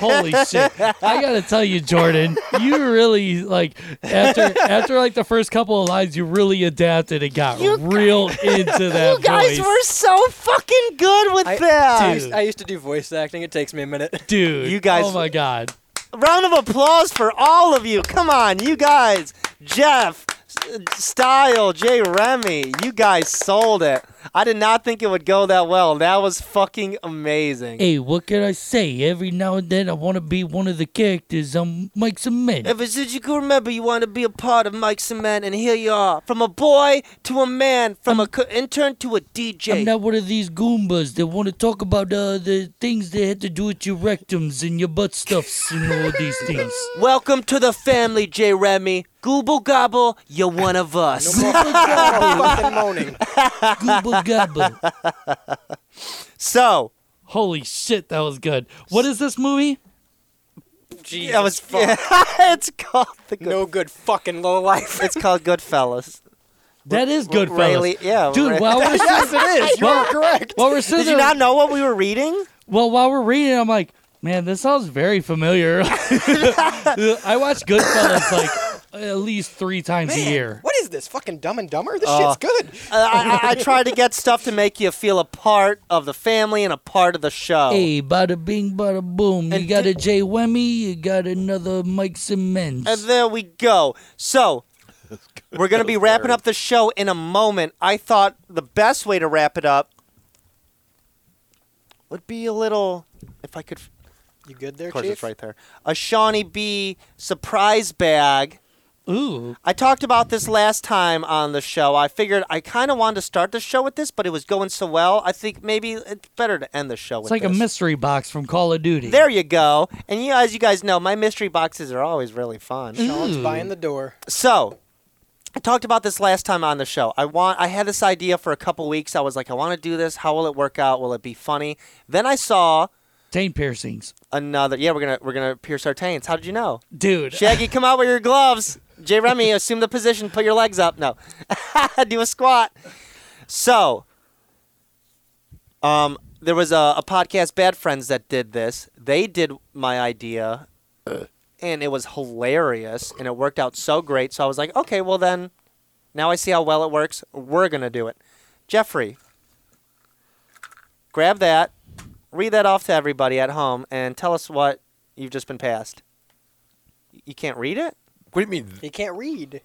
S5: Holy shit! I gotta tell you, Jordan, you really like after after like the first couple of lines, you really adapted and got
S1: You
S5: real into that
S1: you guys
S5: voice,
S1: were so fucking good with
S3: I- I
S1: that.
S3: used, I used to do voice acting. It takes me a minute.
S5: dude.
S1: You guys
S5: oh my god,
S1: Round of applause for all of you. Come on, you guys. Jeff, S- Style, Jay Remy, you guys sold it. I did not think it would go that well. That was fucking amazing.
S5: Hey, what can I say? Every now and then, I want to be one of the characters on Mike's and Men.
S1: Ever since you can remember, you want to be a part of Mike Cement, and here you are. From a boy to a man, from a co- intern to a DJ.
S5: I'm not one of these goombas that want to talk about uh, the things that had to do with your rectums and your butt stuffs and all these things.
S1: Welcome to the family, Jay Remy. Gooble gobble, you're one of us.
S3: No more
S1: Oh,
S3: fucking moaning.
S5: Goomba gobba.
S1: So,
S5: Holy shit, that was good. What is this movie?
S3: Jesus
S1: that was
S3: fuck.
S1: it's called the good.
S3: No good fucking low life.
S1: It's called Goodfellas.
S5: That is good,
S1: Rayleigh-
S5: fellas.
S1: yeah, Ray-
S5: Dude, while we're yes, it is. While,
S3: Correct.
S5: while we're sitting
S1: Did you
S5: there-
S1: not know what we were reading?
S5: well, while we're reading, I'm like, man, this sounds very familiar. I watch Goodfellas like at least three times a year.
S3: What is this? Fucking dumb and dumber? This
S1: Uh,
S3: shit's good.
S1: I, I, I tried to get stuff to make you feel a part of the family and a part of the show.
S5: Hey, bada bing, bada boom.
S1: And
S5: you got
S1: di-
S5: a Jay Wemmy, you got another Mike Simmons.
S1: And there we go. So, we're going to be wrapping up the show in a moment. I thought the best way to wrap it up would be a little, if I could, of
S3: You good there,
S1: course
S3: Chief?
S1: it's right there, a Shawnee B surprise bag.
S5: Ooh.
S1: I talked about this last time on the show. I figured I kind of wanted to start the show with this, but it was going so well. I think maybe it's better to end the show with
S5: It's like a
S1: this.
S5: mystery box from Call of Duty.
S1: There you go. And you, as you guys know, my mystery boxes are always really fun.
S3: Sean's
S5: Ooh.
S3: buying the door.
S1: So, I talked about this last time on the show. I want I had this idea for a couple weeks. I was like, I want to do this. How will it work out? Will it be funny? Then I saw
S5: Taint piercings,
S1: another. Yeah, we're gonna we're gonna pierce our taints. How did you know?
S5: dude.
S1: Shaggy, come out with your gloves. J. Remy, assume the position. Put your legs up. No, do a squat. So, um, there was a, a podcast, Bad Friends, that did this. They did my idea, and it was hilarious, and it worked out so great. So I was like, okay, well then, now I see how well it works. We're gonna do it. Jeffrey, grab that, read that off to everybody at home, and tell us what you've just been passed. You can't read it?
S2: What do you mean?
S3: He can't read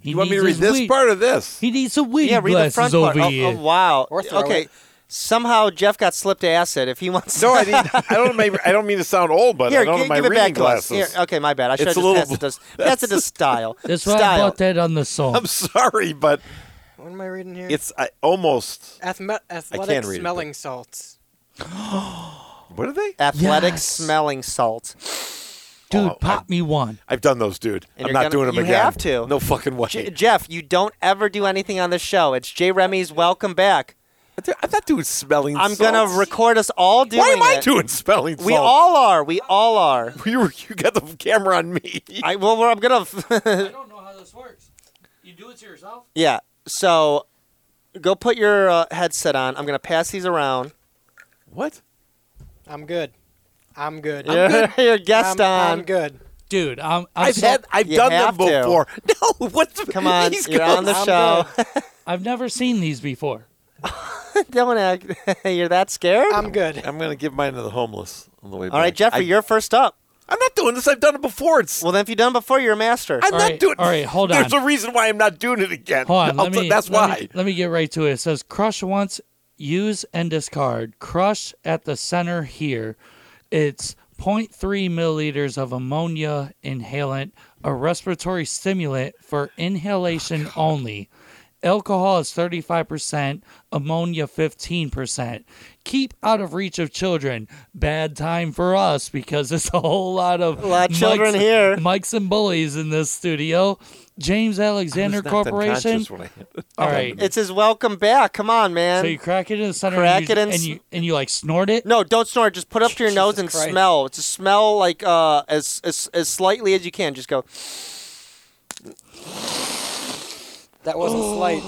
S5: He
S2: You want me
S5: needs
S2: to read
S5: his
S2: this
S5: weed-
S2: part or this?
S5: He needs some weed glasses over
S1: Oh,
S5: here.
S1: oh, wow.
S3: Or throw
S1: okay.
S3: it.
S1: Somehow Jeff got slipped acid. If he wants
S2: No, I mean, I don't. Mean, I don't mean to sound old, but
S1: Here,
S2: I don't
S1: gi-
S2: have my
S1: give it
S2: reading
S1: back to us.
S2: glasses.
S1: Here, okay, my bad. I should have
S2: a
S1: just
S2: little-
S1: passed it to, passed it to style.
S5: That's why I
S1: style.
S5: bought that on the song.
S2: I'm sorry, but
S3: What am I reading here?
S2: it's I, almost.
S3: Athme- athletic
S2: read it,
S3: smelling salts.
S2: What are they?
S1: Athletic
S5: Yes.
S1: smelling salt.
S5: Dude,
S2: Oh,
S5: pop me one.
S2: I've done those, dude.
S1: And
S2: I'm
S1: you're
S2: not
S1: gonna-
S2: doing them
S1: you
S2: again.
S1: have to.
S2: No fucking way.
S1: J- Jeff, you don't ever do anything on the show. It's Jay Remy's Welcome Back.
S2: Dude, I'm not doing spelling.
S1: I'm gonna
S2: salts.
S1: record us all doing
S2: Why am I
S1: it.
S2: doing spelling?
S1: We
S2: salts?
S1: all are. We all are.
S2: You were- you got the camera on me.
S1: I well, we're- I'm gonna.
S5: I don't know how this works. You do it to yourself.
S1: Yeah. So go put your uh, headset on. I'm going to pass these around.
S2: what?
S3: I'm good. I'm good.
S1: I'm good. your
S3: I'm,
S1: guest on.
S3: I'm good.
S5: Dude, um, I'm,
S2: i
S5: I'm
S2: have
S5: so-
S2: had. I've
S1: You
S2: done them
S1: have to.
S2: before. No. What? the-
S1: Come on.
S2: He's
S1: You're
S2: gonna-
S1: on the
S3: I'm
S1: show.
S5: I've never seen these before.
S1: Don't act. You're that scared?
S3: I'm good.
S2: I'm gonna give mine to the homeless on the way.
S1: All right, Jeffrey,
S2: I,
S1: you're first up.
S2: I'm not doing this. I've done it before. It's.
S1: Well, then if you've done before, you're a master.
S2: I'm
S5: All
S2: not
S5: right,
S2: doing.
S5: all right, hold on.
S2: There's a reason why I'm not doing it again.
S5: Hold on,
S2: I'll
S5: let
S2: t-
S5: me,
S2: that's
S5: let
S2: why.
S5: me- let me get right to it. It says crush once, use and discard. Crush at the center here. It's 0.3 milliliters of ammonia inhalant, a respiratory stimulant for inhalation only. Alcohol is 35%, ammonia 15%. Keep out of reach of children. Bad time for us because there's a whole lot of,
S1: lot of children
S5: Mike's-
S1: here.
S5: Mike's and bullies in this studio. James Alexander
S2: Not that
S5: Corporation.
S2: conscious when I-
S5: All right.
S1: It's his welcome back. Come on, man.
S5: So you crack it in the center,
S1: Crack
S5: and, you,
S1: it in
S5: and
S1: s-
S5: you and you like snort it.
S1: no, don't snort. Just put up to your nose
S3: Jesus
S1: and
S3: Christ.
S1: smell. It's a smell like uh, as, as as slightly as you can. Just go.
S3: That wasn't slight.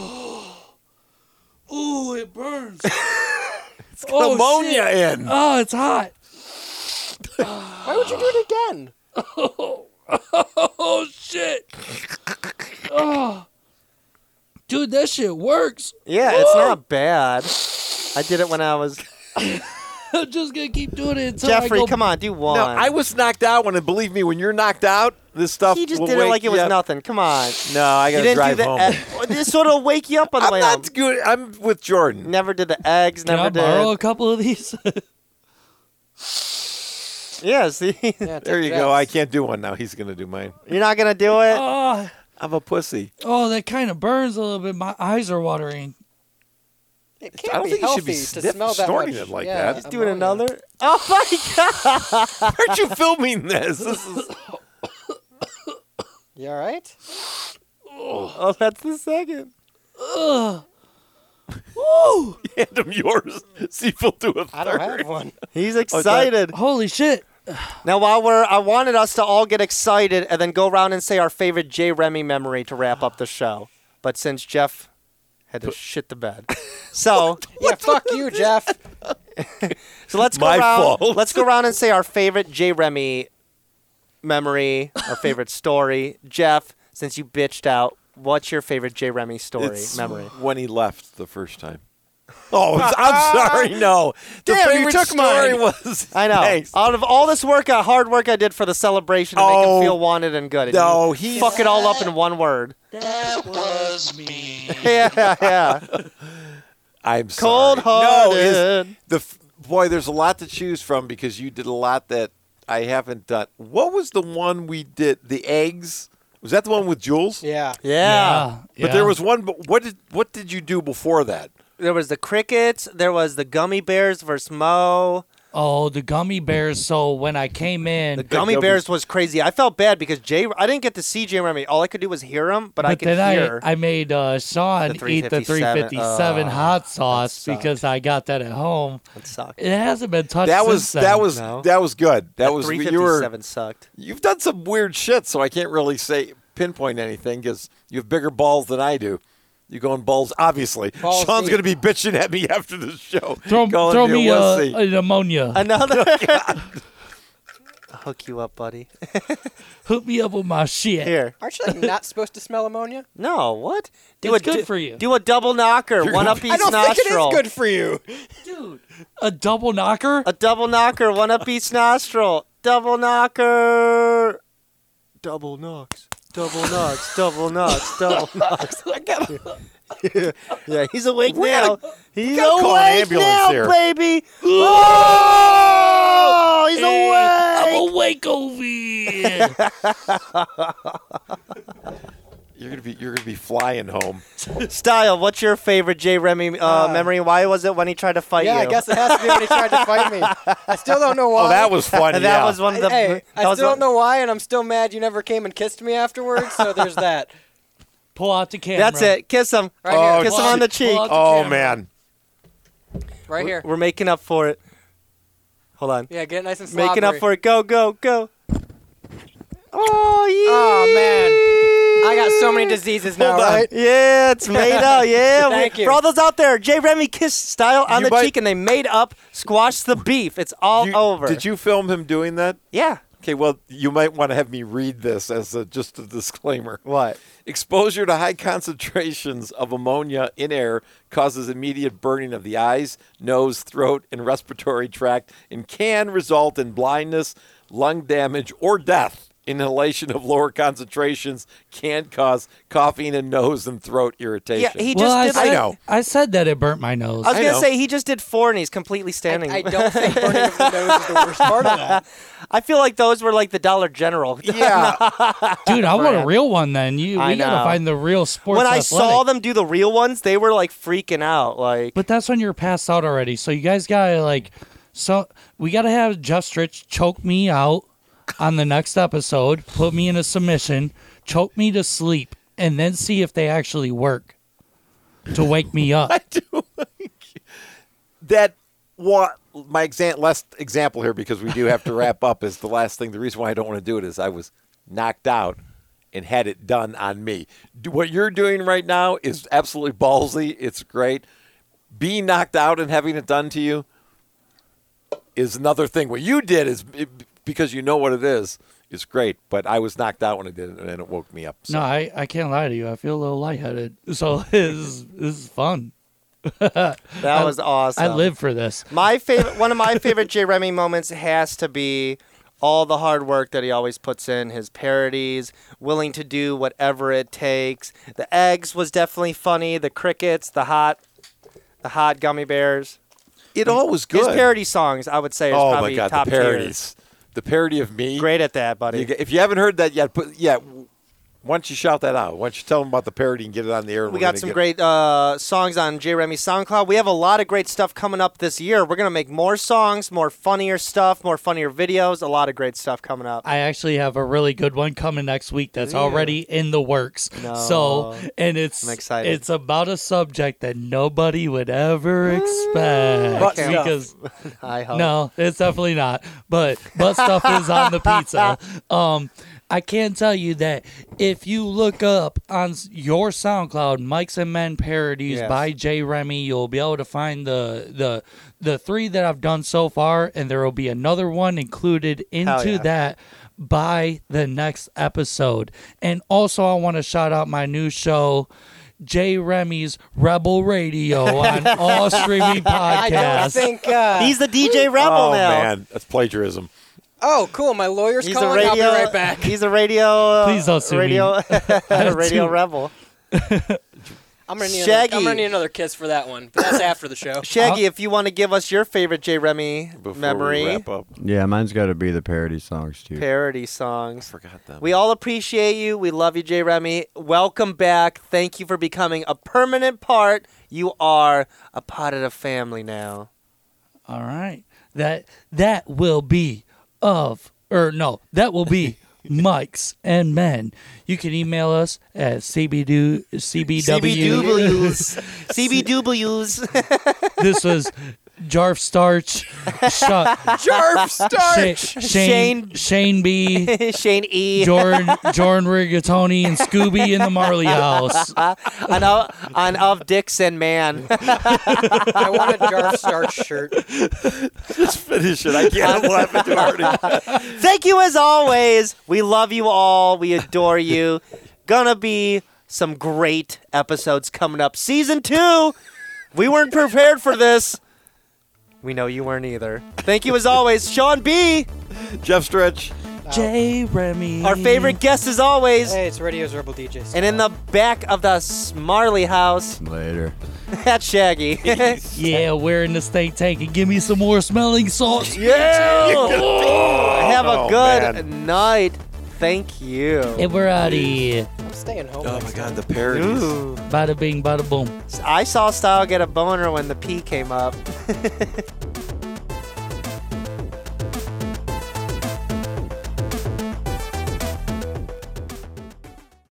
S5: Ooh, it burns.
S2: It's got ammonia in.
S5: oh, it's hot.
S3: Why would you do it again?
S5: Oh shit. Oh, dude, that shit works.
S1: Yeah, it's not bad. I did it when I was
S5: I'm just gonna keep doing it until I
S1: Jeffrey.
S5: go.
S1: Come on, do one.
S2: No, I was knocked out when, and believe me, when you're knocked out, this stuff.
S1: He just
S2: will
S1: did it
S2: wake
S1: like it was
S2: you up.
S1: nothing. Come on.
S2: No, I
S1: You
S2: gotta
S1: didn't
S2: drive
S1: do the
S2: home.
S1: egg- this sort of wake you up on the
S2: I'm
S1: way home.
S2: not good. I'm with Jordan.
S1: Never did the eggs.
S5: Can
S1: never
S5: I borrow a
S1: did.
S5: couple of these?
S1: Yeah, see,
S3: Yeah, take
S2: There you
S3: that.
S2: go. I can't do one now. He's gonna do mine.
S1: you're not gonna do it.
S5: oh,
S2: I'm a pussy.
S5: oh, that kind of burns a little bit. My eyes are watering.
S3: It can't
S2: I don't
S3: be
S2: think you should
S3: healthy
S2: be
S3: to
S2: sniff-
S3: smell that
S2: snorting
S3: much.
S2: it like
S3: yeah,
S2: that. He's
S1: He's doing
S3: ammonia.
S1: another. Oh my god!
S2: Why aren't you filming this? This is
S3: You all right?
S1: Oh, that's the second.
S2: hand him yours. See if he'll do it.
S3: I don't have one.
S1: He's excited.
S5: Holy shit.
S1: now, while we're, I wanted us to all get excited and then go around and say our favorite J. Remy memory to wrap up the show. But since Jeff had to shit the bed, so
S3: Yeah, fuck you, Jeff.
S1: so let's go
S2: My
S1: around.
S2: fault.
S1: Let's go around and say our favorite J. Remy memory, our favorite story. Jeff, since you bitched out, what's your favorite J. Remy story
S2: It's
S1: memory?
S2: when he left the first time. Oh, I'm- I'm sorry. No, the
S1: Damn, you
S2: favorite
S1: took
S2: story
S1: mine.
S2: was.
S1: I know.
S2: Thanks.
S1: Out of all this work, uh, hard work I did for the celebration to make
S2: Oh.
S1: him feel wanted and good. and
S2: No,
S1: you
S2: he's-
S1: fuck it all up in one word. That was me. yeah, yeah.
S2: I'm
S1: Cold
S2: sorry. No, it's-
S1: hearted.
S2: the f- boy, there's a lot to choose from because you did a lot that I haven't done. What was the one we did? The eggs. Was that the one with Jules?
S3: Yeah.
S1: Yeah.
S2: But there was one. But what did what did you do before that?
S1: There was the crickets. There was the gummy bears versus Mo.
S5: Oh, the gummy bears. So when I came in,
S1: The gummy
S2: gummies.
S1: bears was crazy. I felt bad because Jay, I didn't get to see Jay Remy. All I could do was hear him, but, I could
S5: then
S1: hear.
S5: I, I made uh, Sean
S1: The
S5: eat the
S1: 357.
S5: 357 hot sauce
S1: Oh, sucked.
S5: because I got that at home.
S1: that sucked.
S5: It hasn't been touched
S2: That was
S5: since then.
S2: that was
S1: No.
S2: that was good. That, was you were
S1: 357 sucked.
S2: you've done some weird shit, so I can't really say pinpoint anything because you have bigger balls than I do. You going balls? Obviously,
S3: Balls
S2: Sean's
S3: deep.
S2: going to be bitching at me after the show.
S5: Throw,
S2: calling
S5: throw me uh,
S2: wussy.
S5: an ammonia.
S1: Another. Hook you up, buddy.
S5: Hook me up with my shit.
S1: Here.
S3: Aren't you like not supposed to smell ammonia?
S1: No, what?
S5: It's
S1: a
S5: good
S1: du-
S5: for you.
S1: Do a double knocker, one up each
S3: I don't
S1: nostril.
S3: think it is good for you.
S5: Dude, a double knocker?
S1: A double knocker, one up each nostril. Double knocker. Double knocks. Double knocks. Double knocks. Double knocks. yeah, he's awake now. he's
S2: gotta call an
S1: awake
S2: ambulance
S1: now,
S2: here.
S1: baby. Oh, he's
S5: Hey, I'm
S1: awake.
S5: awake over here.
S2: You're gonna be you're gonna be flying home.
S1: Style, what's your favorite J. Remy uh, memory? Why was it when he tried to fight
S3: Yeah,
S1: you?
S3: I guess it has to be when he tried to fight me. I still don't know why.
S2: Oh, that was fun.
S1: And that
S2: yeah.
S1: was one of the.
S3: hey,
S1: that
S3: I
S1: was
S3: still
S1: one-
S3: don't know why, and I'm still mad you never came and kissed me afterwards. So there's that.
S5: Pull out the camera.
S1: That's it. Kiss him.
S3: Right
S2: Oh,
S3: here,
S1: Kiss him
S5: Pull
S1: on the
S5: out- pull
S1: cheek.
S5: out the
S2: Oh
S5: camera.
S2: man,
S3: right here.
S1: We're making up for it. Hold on.
S3: Yeah, get it nice and slobbery.
S1: Making up for it. Go, go, go. Oh, yeah.
S3: Oh man, I got so many diseases now.
S2: Hold on.
S3: Right?
S1: Yeah, it's made up. Yeah. we-
S3: Thank you.
S1: For all those out there, Jay Remy kissed Style on
S2: You
S1: the
S2: might-
S1: cheek and they made up Squash the Beef. It's all
S2: You-
S1: over.
S2: Did you film him doing that?
S1: Yeah.
S2: Okay, well, you might want to have me read this as a, just a disclaimer.
S1: What?
S2: Exposure to high concentrations of ammonia in air causes immediate burning of the eyes, nose, throat, and respiratory tract and can result in blindness, lung damage, or death. Inhalation of lower concentrations can cause coughing and nose and throat irritation.
S1: Yeah, he
S5: Well, I
S1: just did.
S5: said,
S2: I know.
S5: I said that it burnt my nose.
S1: I was
S2: I
S1: going to
S2: know.
S1: say, he just did four and he's completely standing.
S3: I, I don't think burning of the nose is the worst part of that.
S1: I feel like those were like the Dollar General.
S2: yeah.
S5: Dude, I want a real one then. You,
S1: I
S5: we
S1: know.
S5: gotta find the real sports.
S1: when I
S5: athletic.
S1: saw them do the real ones, they were like freaking out. Like,
S5: but that's when you're passed out already. So you guys gotta like, so we gotta have Jeff Stritch choke me out on the next episode, put me in a submission, choke me to sleep, and then see if they actually work to wake me up.
S2: that what my exa- last example here because we do have to wrap up is the last thing the reason why i don't want to do it is i was knocked out and had it done on me Do- what you're doing right now is absolutely ballsy it's great being knocked out and having it done to you is another thing what you did is because you know what it is is great but i was knocked out when it did it and it woke me up so.
S5: No, I, I can't lie to you. I feel a little lightheaded. So this is, this is fun.
S1: that was awesome.
S5: I live for this.
S1: My favorite, one of my favorite J. Remy moments has to be all the hard work that he always puts in, his parodies, willing to do whatever it takes. The eggs was definitely funny. The crickets, the hot, the hot gummy bears.
S2: it all was
S1: His
S2: good
S1: parody songs, I would say, is
S2: oh
S1: probably
S2: my god
S1: top
S2: the
S1: tier.
S2: parodies the parody of me
S1: Great at that, buddy.
S2: You get- if you haven't heard that yet, put yeah. Why don't you shout that out? Why don't you tell them about the parody and get it on the air? and
S1: we
S2: we're
S1: got
S2: gonna
S1: some
S2: get-
S1: great uh, songs on J. Remy's SoundCloud. We have a lot of great stuff coming up this year. We're gonna make more songs, more funnier stuff, more funnier videos. A lot of great stuff coming up.
S5: I actually have a really good one coming next week that's already in the works.
S1: No.
S5: So, and it's
S1: I'm excited.
S5: it's about a subject that nobody would
S1: Ah,
S5: ever expect
S3: Butt stuff.
S5: because
S1: I hope.
S5: no, it's definitely not. But butt stuff is on the pizza. Um, I can tell you that if you look up on s- your SoundCloud "Mikes and Men" parodies
S1: Yes.
S5: by Jay Remy, you'll be able to find the the the three that I've done so far, and there will be another one included
S1: Hell
S5: into
S1: yeah.
S5: that by the next episode. And also, I want to shout out my new show. Jay Remy's Rebel Radio on all streaming podcasts.
S3: I don't think. Uh,
S1: He's the DJ Rebel
S2: Oh
S1: now.
S2: man, that's plagiarism.
S3: oh, cool. My lawyer's calling. I'll be right back.
S1: He's a radio.
S5: Please don't sue me.
S1: radio, radio
S5: too-
S1: rebel.
S3: I'm gonna need.
S1: Shaggy.
S3: Another, I'm gonna need another kiss for that one. But that's after the show.
S1: Shaggy, if you want to give us your favorite J. Remy
S2: Before
S1: memory
S2: we wrap up,
S4: Yeah, mine's got to be the parody songs too.
S1: parody songs,
S2: forgot them.
S1: we all appreciate you. We love you, J. Remy. Welcome back. Thank you for becoming a permanent part. You are a part of the family now.
S5: All right. that that will be of or no, that will be Mike's and men. You can email us at CBW CBW.
S1: CBWs. CBWs.
S5: this was Jarf Starch, Sha-
S3: Jarf
S5: Sha-
S3: Starch.
S5: Shane,
S1: Shane-
S5: Shane B,
S1: Shane E.
S5: Jordan, Jordan Rigatoni, and Scooby in the Marley House.
S1: on, of, on of Dixon Man.
S3: I want a Jarf Starch shirt.
S2: Just finish it. I can't. I'm laughing too hard.
S1: Thank you as always. We love you all. We adore you. Gonna be some great episodes coming up. Season two. We weren't prepared for this. We know you weren't either. Thank you as always, Sean B.
S2: Jeff Stretch.
S5: J. Remy,
S1: Our favorite guest as always.
S3: Hey, it's Radio's Rebel DJs.
S1: And in the back of the Smarley house,
S4: Later.
S1: that's Shaggy.
S5: Yeah, wearing the steak tank and give me some more smelling salts.
S1: yeah. Have a
S2: Oh,
S1: good
S2: man.
S1: night. Thank you.
S5: And we're out of here.
S3: I'm staying home.
S2: Oh
S3: next
S2: my
S3: time.
S2: God, the parodies.
S1: Ooh.
S5: Bada bing, bada boom.
S1: I saw Style get a boner when the P came up.